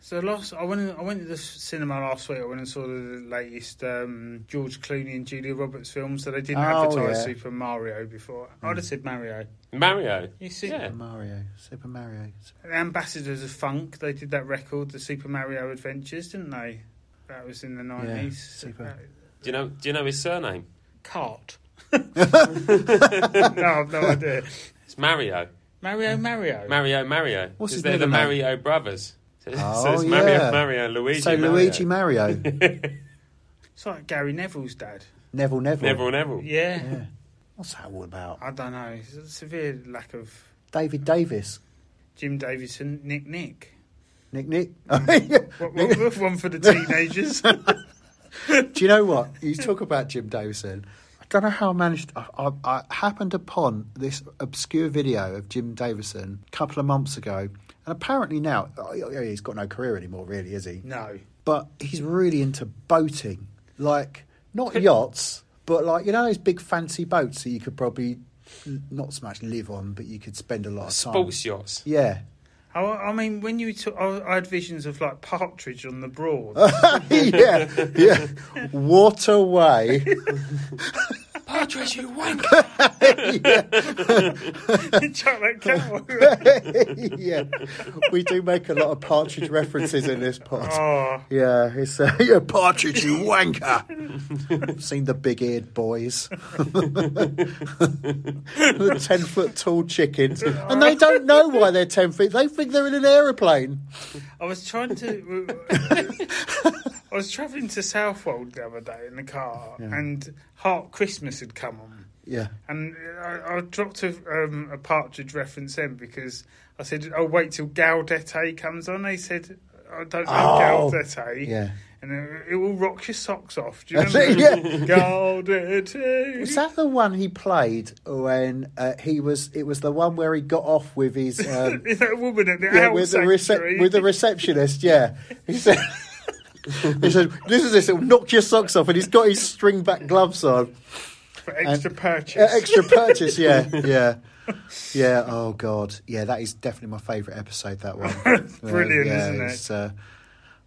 Speaker 2: so last I went. I went to the cinema last week. I went and saw the latest um, George Clooney and Julia Roberts film. So they didn't
Speaker 1: Oh,
Speaker 2: advertise
Speaker 1: yeah. Hmm.
Speaker 2: Super Mario before. I'd have said Mario.
Speaker 3: Mario.
Speaker 2: You see,
Speaker 3: Yeah.
Speaker 1: Mario, Super Mario.
Speaker 2: the Ambassadors of Funk. They did that record, the Super Mario Adventures, didn't they? That was in the nineties. Uh,
Speaker 1: Super.
Speaker 3: Do you know? Do you know his surname?
Speaker 2: Cart. no, I've no idea.
Speaker 3: It's Mario.
Speaker 2: Mario, Mario.
Speaker 3: Mario Mario.
Speaker 1: What's his
Speaker 3: Because they're the
Speaker 1: middle name?
Speaker 3: Mario brothers. So,
Speaker 1: Oh,
Speaker 3: so it's Mario
Speaker 1: yeah.
Speaker 3: Mario Luigi.
Speaker 1: so
Speaker 3: Mario.
Speaker 1: Luigi Mario,
Speaker 2: it's like Gary Neville's dad.
Speaker 1: Neville Neville.
Speaker 3: Neville Neville.
Speaker 2: Yeah.
Speaker 1: Yeah. What's that all about?
Speaker 2: I don't know. It's a severe lack of
Speaker 1: David Davis.
Speaker 2: Jim Davidson, Nick Nick.
Speaker 1: Nick Nick.
Speaker 2: What, what, what- one for the teenagers.
Speaker 1: Do you know what? You talk about Jim Davison. I don't know how I managed. I, I, I happened upon this obscure video of Jim Davison a couple of months ago, and apparently now oh, yeah, he's got no career anymore, really, is he?
Speaker 2: no.
Speaker 1: But he's really into boating, like not yachts, but like you know those big fancy boats that you could probably n- not so much live on, but you could spend a lot of time.
Speaker 3: Sports yachts.
Speaker 1: Yeah,
Speaker 2: I, I mean, when you took, I, I had visions of like Partridge on the Broad.
Speaker 1: yeah, yeah. Waterway.
Speaker 3: Partridge, you wank.
Speaker 2: Chuck that cow.
Speaker 1: yeah, we do make a lot of partridge references in this pod.
Speaker 2: oh,
Speaker 1: Yeah, it's uh, you partridge, you wanker. I've seen the big-eared boys, the ten-foot-tall chickens, and they don't know why they're ten feet. They think they're in an aeroplane.
Speaker 2: I was trying to. I was travelling to Southwold the other day in the car, and Heart Christmas had come on.
Speaker 1: Yeah,
Speaker 2: And I, I dropped a, um, a partridge reference then because I said, "Oh, wait till Gaudete comes on." They said, "I don't know
Speaker 1: Oh,
Speaker 2: Gaudete."
Speaker 1: yeah.
Speaker 2: and it, it will rock your socks off. Do you
Speaker 1: That's
Speaker 2: remember?
Speaker 1: it,
Speaker 2: Gaudete.
Speaker 1: Was that the one he played when uh, he was? It was the one where he got off with his. Um,
Speaker 2: that woman at the
Speaker 1: Yeah,
Speaker 2: owl
Speaker 1: with the,
Speaker 2: sanctuary.
Speaker 1: rece- with the receptionist, yeah. He said, he said, this is this, it'll knock your socks off, and he's got his string back gloves on.
Speaker 2: for extra
Speaker 1: Uh,
Speaker 2: purchase.
Speaker 1: extra purchase, yeah, yeah. Yeah, oh God. Yeah, that is definitely my favourite episode, that one. Yeah,
Speaker 2: Brilliant,
Speaker 1: yeah,
Speaker 2: isn't it?
Speaker 1: it's, uh,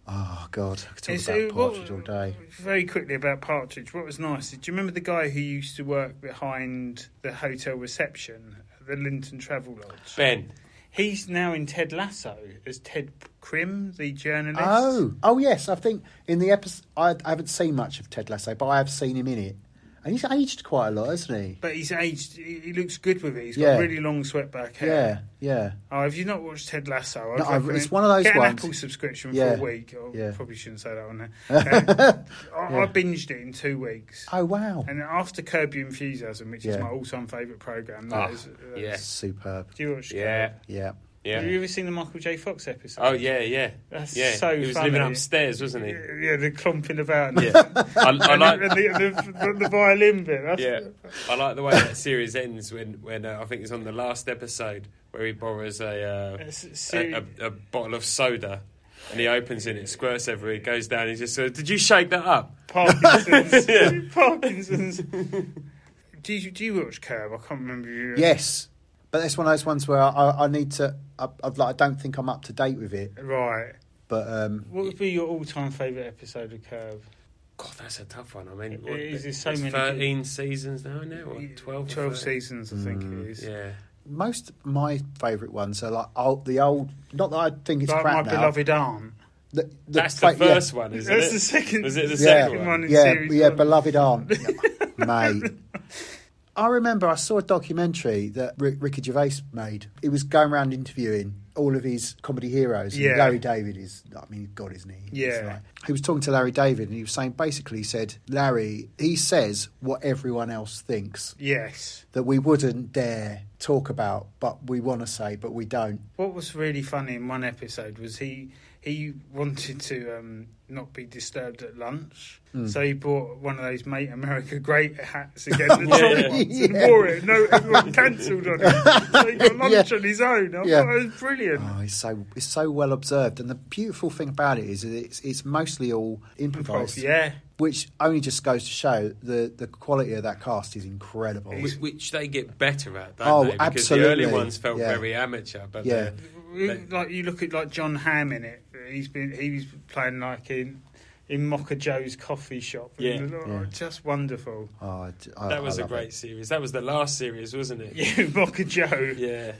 Speaker 1: oh God, I could talk
Speaker 2: It's,
Speaker 1: about
Speaker 2: uh, what-
Speaker 1: Partridge all day.
Speaker 2: Very quickly about Partridge. What was nice? is- Do you remember the guy who used to work behind the hotel reception at the Linton Travel Lodge?
Speaker 3: Ben.
Speaker 2: He's now in Ted Lasso as Ted Krim, the journalist.
Speaker 1: Oh, oh yes. I think in the episode, I, I haven't seen much of Ted Lasso, but I have seen him in it, and he's aged quite a lot, hasn't he?
Speaker 2: But he's aged. He he looks good with it. He's got
Speaker 1: Yeah.
Speaker 2: really long swept back hair.
Speaker 1: Yeah, yeah.
Speaker 2: Oh, if you've not watched Ted Lasso, I'd
Speaker 1: No, I-
Speaker 2: recommend-
Speaker 1: it's one of those
Speaker 2: get
Speaker 1: ones-
Speaker 2: an Apple subscription
Speaker 1: Yeah.
Speaker 2: for a week. Or
Speaker 1: Yeah.
Speaker 2: Probably shouldn't say that on there. Um, I, I binged it in two weeks,
Speaker 1: Oh wow,
Speaker 2: and after Curb Your Enthusiasm, which is
Speaker 1: Yeah.
Speaker 2: my all-time favourite program,
Speaker 3: Ah,
Speaker 2: that is uh,
Speaker 3: yeah.
Speaker 1: superb.
Speaker 2: Do you watch?
Speaker 3: Yeah,
Speaker 2: Curb?
Speaker 1: Yeah,
Speaker 3: yeah.
Speaker 2: Have you ever seen the Michael J. Fox episode?
Speaker 3: Oh yeah, yeah,
Speaker 2: That's
Speaker 3: yeah.
Speaker 2: so
Speaker 3: he was
Speaker 2: funny.
Speaker 3: living upstairs, wasn't he?
Speaker 2: Yeah, the clumping about. and-
Speaker 3: Yeah, I, I
Speaker 2: and
Speaker 3: like.
Speaker 2: the, the, the, the violin bit. That's,
Speaker 3: Yeah, I like the way that series ends when when uh, I think it's on the last episode where he borrows a, uh,
Speaker 2: That's
Speaker 3: a,
Speaker 2: seri-
Speaker 3: a, a bottle of soda and he opens it, it squirts everywhere, he goes down, he just says, "Did you shake that up?"
Speaker 2: Parkinson's. Parkinson's. Do you, do you watch Curb? I can't remember. You.
Speaker 1: yes. But that's one of those ones where I, I, I need to. I, I've, like, I don't think I'm up to date with it,
Speaker 2: Right.
Speaker 1: but um,
Speaker 2: What would be your all-time favourite episode of Curb?
Speaker 3: God, that's a tough one. I mean,
Speaker 2: It
Speaker 3: what,
Speaker 2: is, there's so
Speaker 3: it's
Speaker 2: many
Speaker 3: thirteen seasons now, isn't it? Or twelve, or
Speaker 2: 12
Speaker 3: 13?
Speaker 2: seasons, I think
Speaker 1: Mm,
Speaker 2: it is.
Speaker 3: Yeah,
Speaker 1: most of my favourite ones are like old, the old. Not that I think it's
Speaker 2: like my
Speaker 1: crap now.
Speaker 2: beloved aunt.
Speaker 1: The- the
Speaker 3: that's the
Speaker 1: fa- yeah.
Speaker 3: first one, isn't
Speaker 2: That's
Speaker 3: it?
Speaker 2: the second.
Speaker 3: Was it the
Speaker 2: yeah.
Speaker 3: second
Speaker 2: one?
Speaker 3: one?
Speaker 2: in
Speaker 1: yeah,
Speaker 2: series
Speaker 1: yeah,
Speaker 2: one.
Speaker 1: beloved aunt, mate. I remember I saw a documentary that Rick, Ricky Gervais made. He was going around interviewing all of his comedy heroes. And
Speaker 2: Yeah.
Speaker 1: Larry David is, I mean, God, isn't he? He's
Speaker 2: Yeah.
Speaker 1: like- he was talking to Larry David and he was saying basically, he said, Larry, he says what everyone else thinks
Speaker 2: Yes.
Speaker 1: that we wouldn't dare talk about, but we want to say, but we don't.
Speaker 2: What was really funny in one episode was he he wanted to um, not be disturbed at lunch,
Speaker 1: Hmm.
Speaker 2: so he bought one of those Mate America Great hats again, the
Speaker 3: Yeah,
Speaker 2: top
Speaker 3: yeah.
Speaker 2: ones,
Speaker 1: Yeah.
Speaker 2: and wore it. No, everyone cancelled on him. So he got lunch
Speaker 1: Yeah.
Speaker 2: on his own. I
Speaker 1: Yeah.
Speaker 2: thought it was brilliant.
Speaker 1: Oh, it's so it's so well observed, and the beautiful thing about it is that it's it's mostly all improvised.
Speaker 2: Yeah,
Speaker 1: which only just goes to show the the quality of that cast is incredible.
Speaker 3: Wh- Which they get better at, don't
Speaker 1: Oh,
Speaker 3: they? Because the
Speaker 1: absolutely.
Speaker 3: early ones felt
Speaker 1: Yeah.
Speaker 3: very amateur, but
Speaker 1: Yeah.
Speaker 3: yeah. Like-
Speaker 2: like you look at like John Hamm in it. He's been he was playing like in in Mocha Joe's coffee shop.
Speaker 3: Yeah.
Speaker 2: And, oh,
Speaker 1: Yeah.
Speaker 2: just wonderful.
Speaker 1: Oh, I d- I- I
Speaker 3: that was a
Speaker 1: love
Speaker 3: great
Speaker 1: it.
Speaker 3: series. That was the last series, wasn't it?
Speaker 2: Yeah, Mocha Joe.
Speaker 3: Yeah.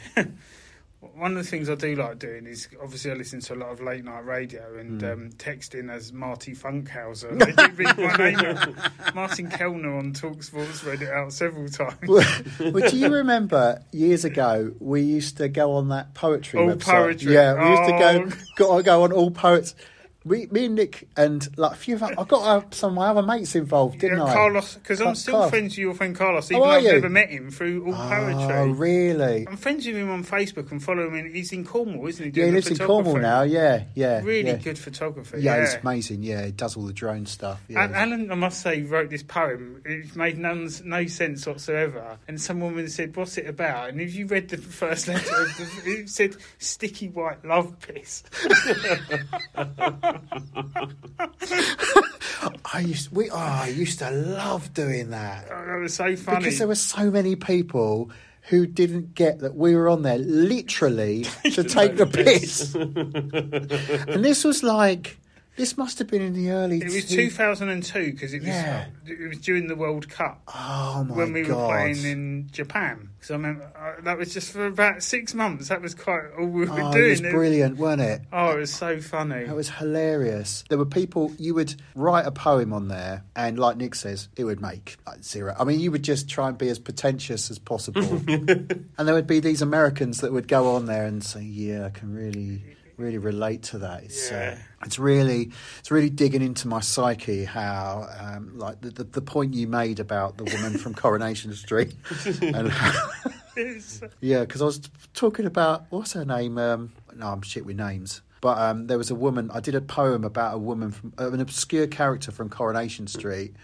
Speaker 2: One of the things I do like doing is obviously I listen to a lot of late night radio
Speaker 1: Hmm.
Speaker 2: and um, texting as Marty Funkhauser. They do read my name out. Martin Kellner on Talksports read it out several times.
Speaker 1: well, do you remember years ago we used to go on that poetry
Speaker 2: All
Speaker 1: website?
Speaker 2: poetry.
Speaker 1: Yeah, we used to
Speaker 2: Oh.
Speaker 1: go go, go on all poets. We, me and Nick and like a few of our, I got uh, some of my other mates involved, didn't
Speaker 2: Yeah,
Speaker 1: I?
Speaker 2: Carlos, because
Speaker 1: Ca-
Speaker 2: I'm still
Speaker 1: Carl.
Speaker 2: friends with your friend Carlos,
Speaker 1: Oh,
Speaker 2: even though
Speaker 1: are
Speaker 2: I've
Speaker 1: you?
Speaker 2: never met him through all
Speaker 1: Oh,
Speaker 2: poetry.
Speaker 1: really?
Speaker 2: I'm friends with him on Facebook and follow him. In, he's in Cornwall, isn't he?
Speaker 1: Yeah,
Speaker 2: doing
Speaker 1: he
Speaker 2: the
Speaker 1: lives in Cornwall
Speaker 2: photography?
Speaker 1: now. Yeah, yeah.
Speaker 2: Really
Speaker 1: yeah.
Speaker 2: good photographer.
Speaker 1: Yeah,
Speaker 2: Yeah,
Speaker 1: it's amazing. Yeah, he does all the drone stuff. Yeah.
Speaker 2: Al Alan, I must say, wrote this poem. It made none, no sense whatsoever. And some woman said, "What's it about?" And if you read the first letter, of the, it said "sticky white love piss."
Speaker 1: I used we oh, I used to love doing that.
Speaker 2: Oh, that was so funny.
Speaker 1: Because there were so many people who didn't get that we were on there literally to take the piss. and this was like, this must have been in the early.
Speaker 2: it was
Speaker 1: two-
Speaker 2: 2002 because it was
Speaker 1: Yeah.
Speaker 2: it was during the World Cup
Speaker 1: Oh my
Speaker 2: when we
Speaker 1: god!
Speaker 2: were playing in Japan. So I remember uh, that was just for about six months. That was quite all we were
Speaker 1: oh,
Speaker 2: doing.
Speaker 1: it was brilliant, wasn't it?
Speaker 2: Oh, it was so funny.
Speaker 1: That was hilarious. There were people you would write a poem on there, and like Nick says, it would make like zero. I mean, you would just try and be as pretentious as possible, and there would be these Americans that would go on there and say, "Yeah, I can really, really relate to that." It's,
Speaker 2: Yeah.
Speaker 1: uh, it's really, it's really digging into my psyche. How, um, like the, the the point you made about the woman from Coronation Street, and how-
Speaker 2: It's-
Speaker 1: yeah, because I was talking about what's her name. Um, no, I'm shit with names. But um, there was a woman. I did a poem about a woman from uh, an obscure character from Coronation Street,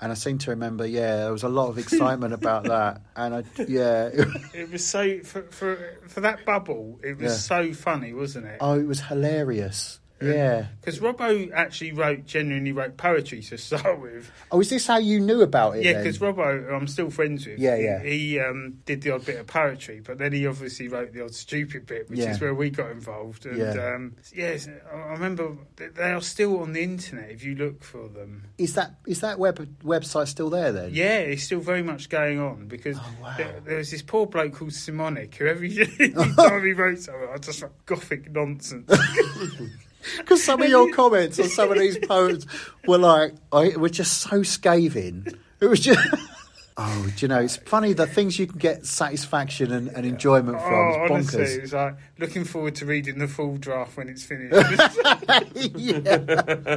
Speaker 1: and I seem to remember. Yeah, there was a lot of excitement about that, and I yeah.
Speaker 2: It was so for for for that bubble. It was
Speaker 1: Yeah.
Speaker 2: so funny, wasn't it?
Speaker 1: Oh, it was hilarious. Yeah.
Speaker 2: Because Robbo actually wrote, genuinely wrote poetry to start with.
Speaker 1: Oh, is this how you knew about it?
Speaker 2: Yeah,
Speaker 1: then?
Speaker 2: because Robbo, who I'm still friends with.
Speaker 1: Yeah, yeah.
Speaker 2: He um, did the odd bit of poetry, but then he obviously wrote the odd stupid bit, which
Speaker 1: Yeah.
Speaker 2: is where we got involved. And
Speaker 1: Yeah.
Speaker 2: um, yes, I I remember th- they are still on the internet if you look for them.
Speaker 1: is that is that web website still there then?
Speaker 2: Yeah, it's still very much going on because
Speaker 1: Mm. Oh, wow.
Speaker 2: there, there was this poor bloke called Simonic who every time he wrote something, I just like gothic nonsense.
Speaker 1: Because some of your comments on some of these poems were like, I, were just so scathing. It was just. Oh, do you know, it's funny the things you can get satisfaction and, and enjoyment from.
Speaker 2: oh,
Speaker 1: it's
Speaker 2: honestly,
Speaker 1: bonkers.
Speaker 2: it was like looking forward to reading the full draft when it's finished.
Speaker 1: yeah.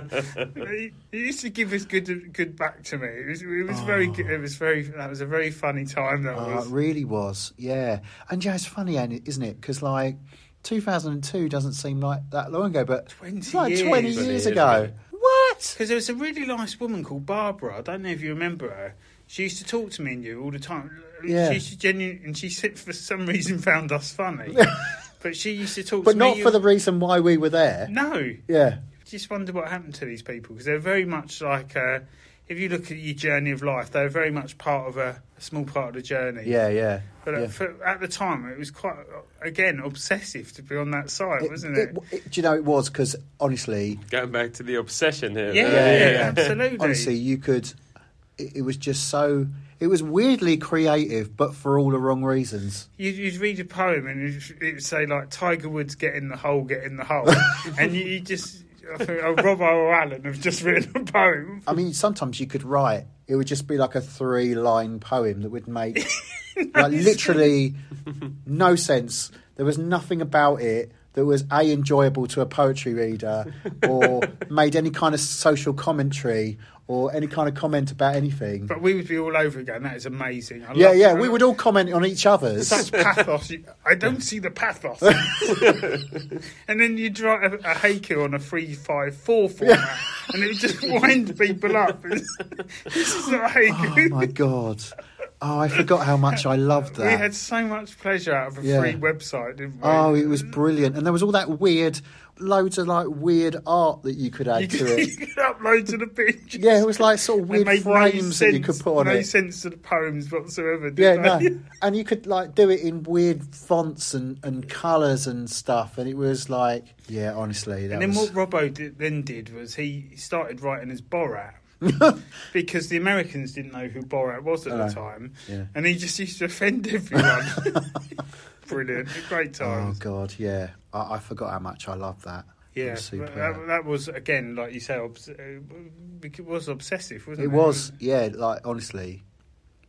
Speaker 2: he, he used to give us good good back to me. It was, it was very good. It was very that was a very funny time that
Speaker 1: Oh, it
Speaker 2: was.
Speaker 1: really was. Yeah. And yeah, it's funny, ain't it- isn't it? Because, like, 2002 doesn't seem like that long ago, but
Speaker 2: 20
Speaker 1: it's like
Speaker 2: years.
Speaker 1: 20
Speaker 3: 20
Speaker 1: years
Speaker 3: years
Speaker 1: ago.
Speaker 3: ago.
Speaker 1: What?
Speaker 2: Because there was a really nice woman called Barbara. I don't know if you remember her. She used to talk to me and you all the time.
Speaker 1: Yeah.
Speaker 2: She used to genuine, and she said for some reason found us funny. but she used to talk
Speaker 1: But
Speaker 2: to
Speaker 1: not
Speaker 2: me.
Speaker 1: for the reason why we were there.
Speaker 2: No.
Speaker 1: Yeah.
Speaker 2: Just wonder what happened to these people because they're very much like. Uh, if you look at your journey of life, they're very much part of a, a small part of the journey.
Speaker 1: Yeah, yeah.
Speaker 2: But at-
Speaker 1: yeah.
Speaker 2: for, at the time, it was quite, again, obsessive to be on that side, wasn't it?
Speaker 1: do you know, it was because, honestly,
Speaker 3: Going back to the obsession here.
Speaker 2: yeah,
Speaker 1: yeah, yeah.
Speaker 2: absolutely.
Speaker 1: honestly you could it, it was just so it was weirdly creative but for all the wrong reasons
Speaker 2: You'd, you'd read a poem and it'd, it'd say, like, Tiger Woods, get in the hole, get in the hole. and you, you just, I think, oh, Rob O'Allen have just written a poem.
Speaker 1: i mean sometimes you could write it would just be like a three line poem that would make like literally no sense there was nothing about it that was a enjoyable to a poetry reader or made any kind of social commentary or any kind of comment about anything
Speaker 2: But we would be all over again. That is amazing. I
Speaker 1: yeah
Speaker 2: love-
Speaker 1: yeah
Speaker 2: I
Speaker 1: we
Speaker 2: love-
Speaker 1: would all comment on each other's
Speaker 2: Such pathos. You- I don't see the pathos. and then you'd write a, a haiku on a 354 format and it would just wind people up. this is not a
Speaker 1: oh
Speaker 2: haiku.
Speaker 1: my god oh i forgot how much i loved that
Speaker 2: We had so much pleasure out of a
Speaker 1: Yeah.
Speaker 2: free website, didn't we?
Speaker 1: Oh, it was brilliant, and there was all that weird, loads of like weird art that you could
Speaker 2: you
Speaker 1: add to
Speaker 2: could,
Speaker 1: it.
Speaker 2: you could upload to the pictures.
Speaker 1: Yeah, it was like sort of
Speaker 2: They
Speaker 1: weird
Speaker 2: made
Speaker 1: frames
Speaker 2: no
Speaker 1: that
Speaker 2: sense,
Speaker 1: you could put on
Speaker 2: no
Speaker 1: it.
Speaker 2: sense to the poems whatsoever. Did
Speaker 1: Yeah,
Speaker 2: they?
Speaker 1: no, and you could like do it in weird fonts and and colours and stuff, and it was like, yeah, honestly, that
Speaker 2: And then
Speaker 1: was.
Speaker 2: what Robbo did, then did was he started writing as Borat. because the Americans didn't know who Borat was at
Speaker 1: Oh, no.
Speaker 2: the time,
Speaker 1: Yeah.
Speaker 2: and he just used to offend everyone. Brilliant, great
Speaker 1: Oh
Speaker 2: times.
Speaker 1: god, yeah, I, I forgot how much I loved that. It
Speaker 2: yeah,
Speaker 1: was
Speaker 2: but
Speaker 1: superb.
Speaker 2: that, that was again, like you say, obs- uh, it was obsessive, wasn't it?
Speaker 1: It was, yeah, like honestly,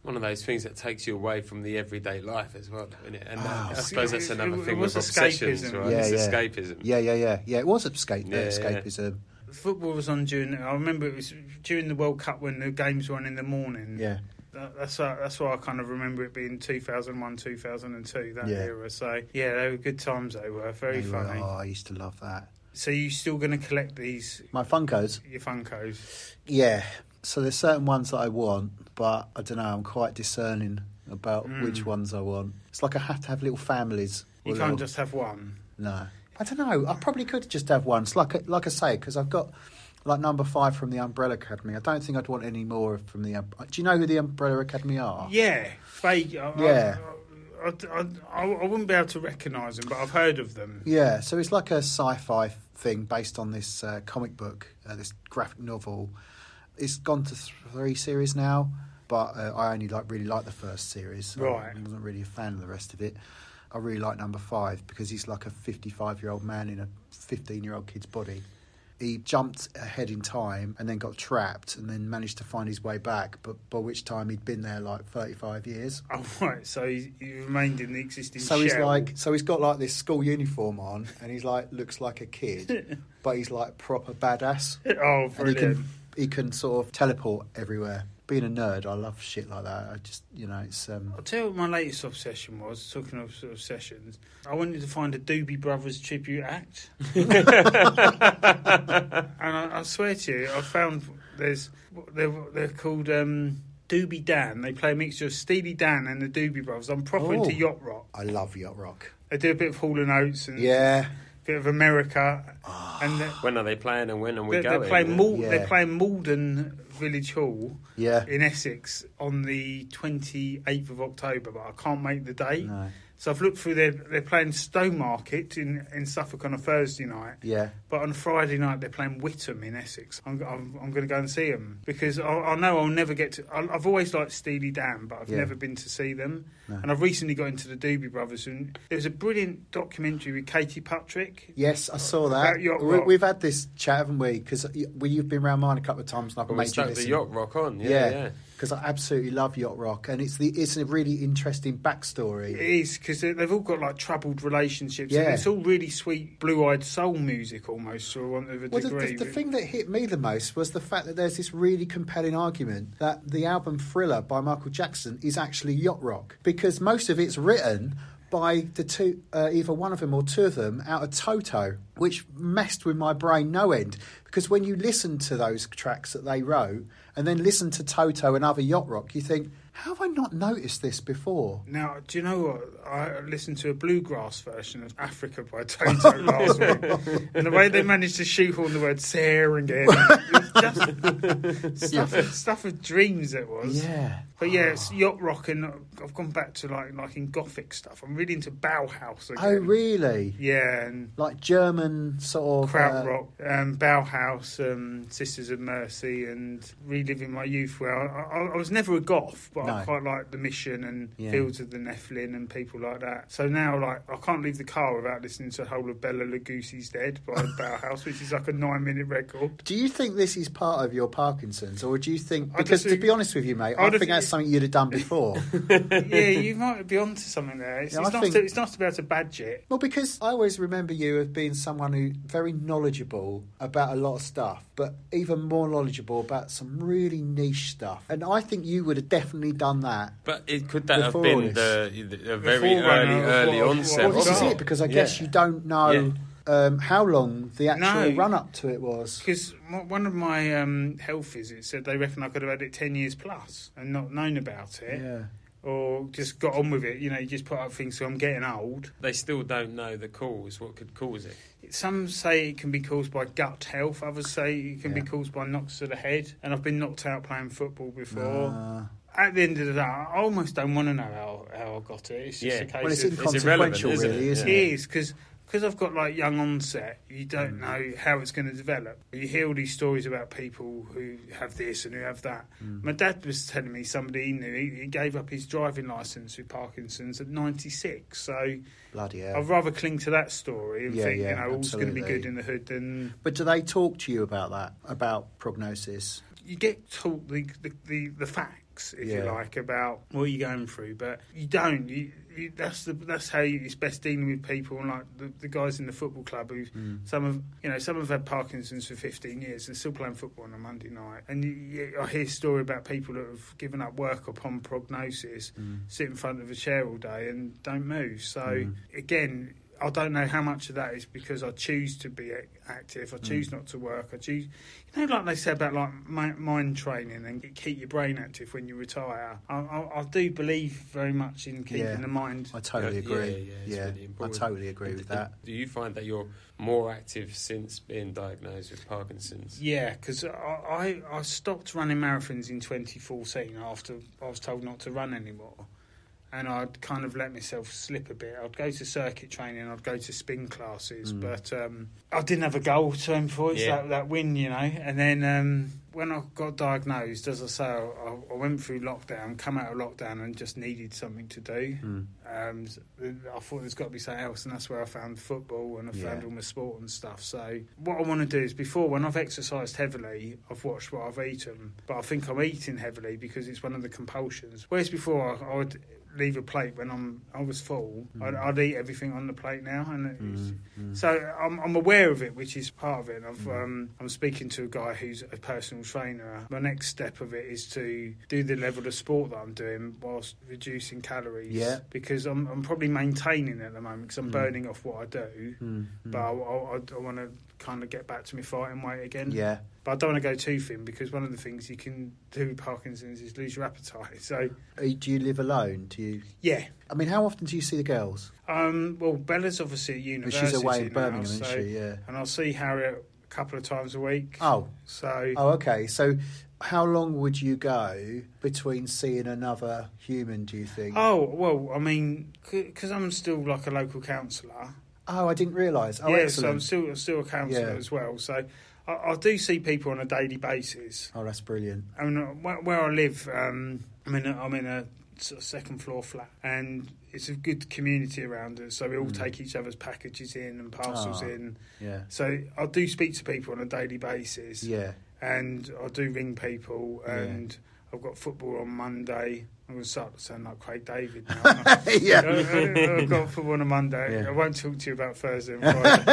Speaker 3: One of those things that takes you away from the everyday life as well, isn't it? And that,
Speaker 1: Oh.
Speaker 3: I suppose that's
Speaker 2: It- it-
Speaker 3: another
Speaker 2: it
Speaker 3: thing
Speaker 2: was
Speaker 3: with obsessions,
Speaker 2: escapism.
Speaker 3: right?
Speaker 1: Yeah,
Speaker 3: it's
Speaker 1: yeah.
Speaker 3: escapism.
Speaker 1: yeah, yeah, yeah, yeah. It was escape,
Speaker 3: Yeah, yeah.
Speaker 1: escapism.
Speaker 2: Football was on during. I remember it was during the World Cup when the games were on in the morning.
Speaker 1: Yeah,
Speaker 2: That, that's why, that's why I kind of remember it being 2001, 2002, that
Speaker 1: Yeah.
Speaker 2: era. So yeah, they were good times. They were very
Speaker 1: They were-
Speaker 2: funny.
Speaker 1: Oh, I used to love that.
Speaker 2: So you still going to collect these
Speaker 1: My Funkos.
Speaker 2: your Funkos?
Speaker 1: Yeah. So there's certain ones that I want, but I don't know. I'm quite discerning about
Speaker 2: Mm.
Speaker 1: which ones I want. It's like I have to have little families.
Speaker 2: You
Speaker 1: or
Speaker 2: can't
Speaker 1: little-
Speaker 2: just have one.
Speaker 1: No. I don't know. I probably could just have one. It's like like I say, because I've got like number five from the Umbrella Academy. I don't think I'd want any more from the. Um- Do you know who the Umbrella Academy are?
Speaker 2: Yeah, vague. I, I-
Speaker 1: Ah. Yeah.
Speaker 2: I, I, I, I wouldn't be able to recognise them, but I've heard of them.
Speaker 1: Yeah, so it's like a sci-fi thing based on this uh, comic book, uh, this graphic novel. It's gone to th- three series now, but uh, I only like really like the first series. so
Speaker 2: Right.
Speaker 1: I wasn't really a fan of the rest of it. I really like number five because he's like a 55-year-old man in a 15-year-old kid's body. He jumped ahead in time and then got trapped and then managed to find his way back, but by which time he'd been there like 35 years.
Speaker 2: Oh right, so he, he remained in the existing.
Speaker 1: So he's
Speaker 2: shell.
Speaker 1: like, so he's got like this school uniform on, and he's like, looks like a kid, but he's like proper badass,
Speaker 2: oh
Speaker 1: and he
Speaker 2: brilliant.
Speaker 1: can he can sort of teleport everywhere. Being a nerd, I love shit like that. I just, you know, it's um,
Speaker 2: I'll tell you what my latest obsession was. Talking of sort of obsessions, I wanted to find a Doobie Brothers tribute act, and I, I swear to you, I found there's they're, they're called um, Doobie Dan. They play a mixture of Steely Dan and the Doobie Brothers. I'm proper
Speaker 1: Oh.
Speaker 2: into yacht rock.
Speaker 1: I love yacht rock.
Speaker 2: Mm. They do a bit of Hall and Oates and
Speaker 1: Yeah, Ah,
Speaker 2: bit of America, and they're,
Speaker 3: When are they playing and when are we
Speaker 2: they're,
Speaker 3: going?
Speaker 2: they're playing
Speaker 3: Yeah.
Speaker 2: Mal-
Speaker 1: Yeah.
Speaker 2: they're playing Malden Village Hall
Speaker 1: Yeah.
Speaker 2: in Essex on the twenty eighth of October, but I can't make the date.
Speaker 1: No.
Speaker 2: So I've looked through their they're playing Stone Market in, in Suffolk on a Thursday night,
Speaker 1: Yeah.
Speaker 2: but on Friday night they're playing Whittam in Essex. I'm, I'm, I'm going to go and see them because I, I know I'll never get to. I, I've always liked Steely Dan, but I've
Speaker 1: Yeah.
Speaker 2: never been to see them.
Speaker 1: No.
Speaker 2: And I've recently got into the Doobie Brothers, and there was a brilliant documentary with Katie Patrick.
Speaker 1: Yes, I saw that.
Speaker 2: About yacht
Speaker 1: We,
Speaker 2: rock.
Speaker 1: we've had this chat, haven't we? Because well, you've been round mine a couple of times, and I've
Speaker 3: Well,
Speaker 1: made
Speaker 3: we
Speaker 1: you
Speaker 3: stuck
Speaker 1: listen.
Speaker 3: the yacht rock on. Yeah, yeah.
Speaker 1: Yeah. Because I absolutely love yacht rock, and it's the it's a really interesting
Speaker 2: It
Speaker 1: backstory.
Speaker 2: is because they've all got like troubled relationships. and
Speaker 1: Yeah.
Speaker 2: it's all really sweet, blue-eyed soul music almost, to one of a
Speaker 1: Well, the,
Speaker 2: degree.
Speaker 1: the, the
Speaker 2: but-
Speaker 1: thing that hit me the most was the fact that there's this really compelling argument that the album Thriller by Michael Jackson is actually yacht rock because most of it's written by the two, uh, either one of them or two of them, out of Toto, which messed with my brain no end. Because when you listen to those tracks that they wrote, and then listen to Toto and other yacht rock, you think, how have I not noticed this before?
Speaker 2: Now, do you know what? I listened to a bluegrass version of Africa by Toto last week, and the way they managed to shoehorn the word Serengeti, it was just stuff, stuff of dreams it was.
Speaker 1: Yeah.
Speaker 2: But yeah, it's yacht rock, and I've gone back to like like in gothic stuff. I'm really into Bauhaus again.
Speaker 1: Oh, really?
Speaker 2: Yeah, and
Speaker 1: Like German sort of uh,
Speaker 2: Krautrock, um, Bauhaus, um, Sisters of Mercy, and reliving my youth. Where I, I, I was never a goth, but
Speaker 1: No.
Speaker 2: I quite liked the Mission and
Speaker 1: Yeah.
Speaker 2: Fields of the Nephilim and people like that. So now, like, I can't leave the car without listening to the whole of Bella Lugosi's Dead by Bauhaus, which is like a nine-minute record.
Speaker 1: Do you think this is part of your Parkinson's, or do you think?
Speaker 2: I
Speaker 1: Because
Speaker 2: just
Speaker 1: to
Speaker 2: think-
Speaker 1: be honest with you, mate,
Speaker 2: I
Speaker 1: I, think
Speaker 2: just
Speaker 1: that's
Speaker 2: think-
Speaker 1: something you'd have done before.
Speaker 2: yeah, you might be onto something there. It's,
Speaker 1: Yeah,
Speaker 2: it's
Speaker 1: I
Speaker 2: nice
Speaker 1: think-
Speaker 2: to, it's nice to be able to badge it.
Speaker 1: well, because I always remember you as being someone who very knowledgeable about a lot of stuff, but even more knowledgeable about some really niche stuff. And I think you would have definitely done that.
Speaker 3: But it, could that
Speaker 1: Before
Speaker 3: have been
Speaker 1: this.
Speaker 3: the, the, a very
Speaker 2: forerunner
Speaker 3: early,
Speaker 2: of
Speaker 3: early
Speaker 2: what-
Speaker 3: onset?
Speaker 1: Well,
Speaker 2: Yeah,
Speaker 1: this
Speaker 3: of
Speaker 1: is
Speaker 2: well,
Speaker 1: it because I guess
Speaker 3: Yeah.
Speaker 1: you don't know
Speaker 3: Yeah.
Speaker 1: um, how long the actual
Speaker 2: No.
Speaker 1: run up to it was.
Speaker 2: Because one of my um, health visits said they reckon I could have had it 10 years plus and not known about it.
Speaker 1: Yeah.
Speaker 2: or just got on with it. You know, you just put up things. So I'm getting old.
Speaker 3: They still don't know the cause. What could cause it?
Speaker 2: Some say it can be caused by gut health. Others say it can
Speaker 1: Yeah.
Speaker 2: be caused by knocks to the head. And I've been knocked out playing football before.
Speaker 1: Uh,
Speaker 2: At the end of the day, I almost don't want to know how, how I got it. It's just
Speaker 3: Yeah.
Speaker 2: a case
Speaker 1: well, it's
Speaker 2: of
Speaker 1: inconsequential,
Speaker 3: isn't
Speaker 1: really,
Speaker 3: it?
Speaker 1: isn't
Speaker 2: It
Speaker 1: it? Mm.
Speaker 2: is because I've got like young onset. You don't know how it's going to develop. You hear all these stories about people who have this and who have that.
Speaker 1: Mm.
Speaker 2: My dad was telling me somebody he knew he, he gave up his driving license with Parkinson's at ninety six. So
Speaker 1: Bloody hell.
Speaker 2: I'd rather cling to that story and
Speaker 1: Yeah,
Speaker 2: think
Speaker 1: yeah,
Speaker 2: you know all's going to be
Speaker 1: absolutely.
Speaker 2: good in the hood than
Speaker 1: But do they talk to you about that, about prognosis?
Speaker 2: you get taught the the, the, the facts, if you
Speaker 1: Yeah.
Speaker 2: like, about what you're going through, but you don't. You, you, that's the that's how you, it's best dealing with people, and like the, the guys in the football club who
Speaker 1: Mm,
Speaker 2: some have you know some have had Parkinson's for 15 years and still playing football on a Monday night. And you, you, I hear a story about people that have given up work upon prognosis,
Speaker 1: mm.
Speaker 2: sit in front of a chair all day and don't move. So again. I don't know how much of that is because I choose to be a- active. I choose not to work. I choose, you know, like they say about like mi- mind training and keep your brain active when you retire. I, I, I do believe very much in keeping
Speaker 1: Yeah.
Speaker 2: the mind.
Speaker 1: I totally
Speaker 3: Yeah,
Speaker 1: agree.
Speaker 3: yeah, yeah, it's really
Speaker 1: I
Speaker 3: important.
Speaker 1: totally agree with that.
Speaker 3: Do you find that you're more active since being diagnosed with Parkinson's?
Speaker 2: Yeah, because I, I I stopped running marathons in 2014 after I was told not to run anymore, and I'd kind of let myself slip a bit. I'd go to circuit training, I'd go to spin classes,
Speaker 1: Mm.
Speaker 2: but um, I didn't have a goal to aim for. It's
Speaker 3: Yeah.
Speaker 2: that, that win, you know. And then um, when I got diagnosed, as I say, I, I went through lockdown, come out of lockdown, and just needed something to do.
Speaker 1: Mm.
Speaker 2: Um, s- I thought there's got to be something else, and that's where I found football and I
Speaker 1: Yeah.
Speaker 2: found all my sport and stuff. So, what I want to do is before, when I've exercised heavily, I've watched what I've eaten, but I think I'm eating heavily because it's one of the compulsions. Whereas before, I, I would leave a plate when I'm I was full, I'd, I'd eat everything on the plate now, and
Speaker 1: mm,
Speaker 2: it, it's- so I'm, I'm aware of it, which is part of it. And I've,
Speaker 1: Mm.
Speaker 2: um, I'm speaking to a guy who's a personal trainer. My next step of it is to do the level of sport that I'm doing whilst reducing calories.
Speaker 1: Yeah.
Speaker 2: Because I'm, I'm probably maintaining at the moment because I'm burning off what I do.
Speaker 1: Mm.
Speaker 2: But I, I, I want to kind of get back to my fighting weight again.
Speaker 1: Yeah.
Speaker 2: But I don't want to go too thin because one of the things you can do with Parkinson's is lose your appetite. So
Speaker 1: Uh, Do you live alone? Do you?
Speaker 2: yeah.
Speaker 1: I mean, how often do you see the girls?
Speaker 2: Um, well, Bella's obviously at
Speaker 1: But
Speaker 2: university
Speaker 1: she's away in
Speaker 2: now,
Speaker 1: Birmingham,
Speaker 2: so,
Speaker 1: isn't she? Yeah.
Speaker 2: and I'll see Harriet a couple of times a week.
Speaker 1: Oh,
Speaker 2: So
Speaker 1: oh, okay. So, how long would you go between seeing another human? Do you think?
Speaker 2: Oh well, I mean, because I'm still like a local councillor.
Speaker 1: Oh, I didn't realise. Oh,
Speaker 2: yeah, so I'm
Speaker 1: excellent.
Speaker 2: still I'm still a councillor
Speaker 1: Yeah.
Speaker 2: as well. So I, I do see people on a daily basis.
Speaker 1: Oh, that's brilliant.
Speaker 2: I mean, uh, where, where I live, um, I'm in a, I'm in a sort of second floor flat, and it's a good community around us. So we all
Speaker 1: Mm.
Speaker 2: take each other's packages in and parcels
Speaker 1: Ah.
Speaker 2: in.
Speaker 1: Yeah.
Speaker 2: So I do speak to people on a daily basis,
Speaker 1: Yeah.
Speaker 2: and I do ring people
Speaker 1: Yeah.
Speaker 2: and. I've got football on Monday. I'm going to start to sound like Craig David now. aren't I?
Speaker 1: yeah.
Speaker 2: I- I- I've got football on a Monday.
Speaker 1: Yeah.
Speaker 2: I won't talk to you about Thursday and Friday.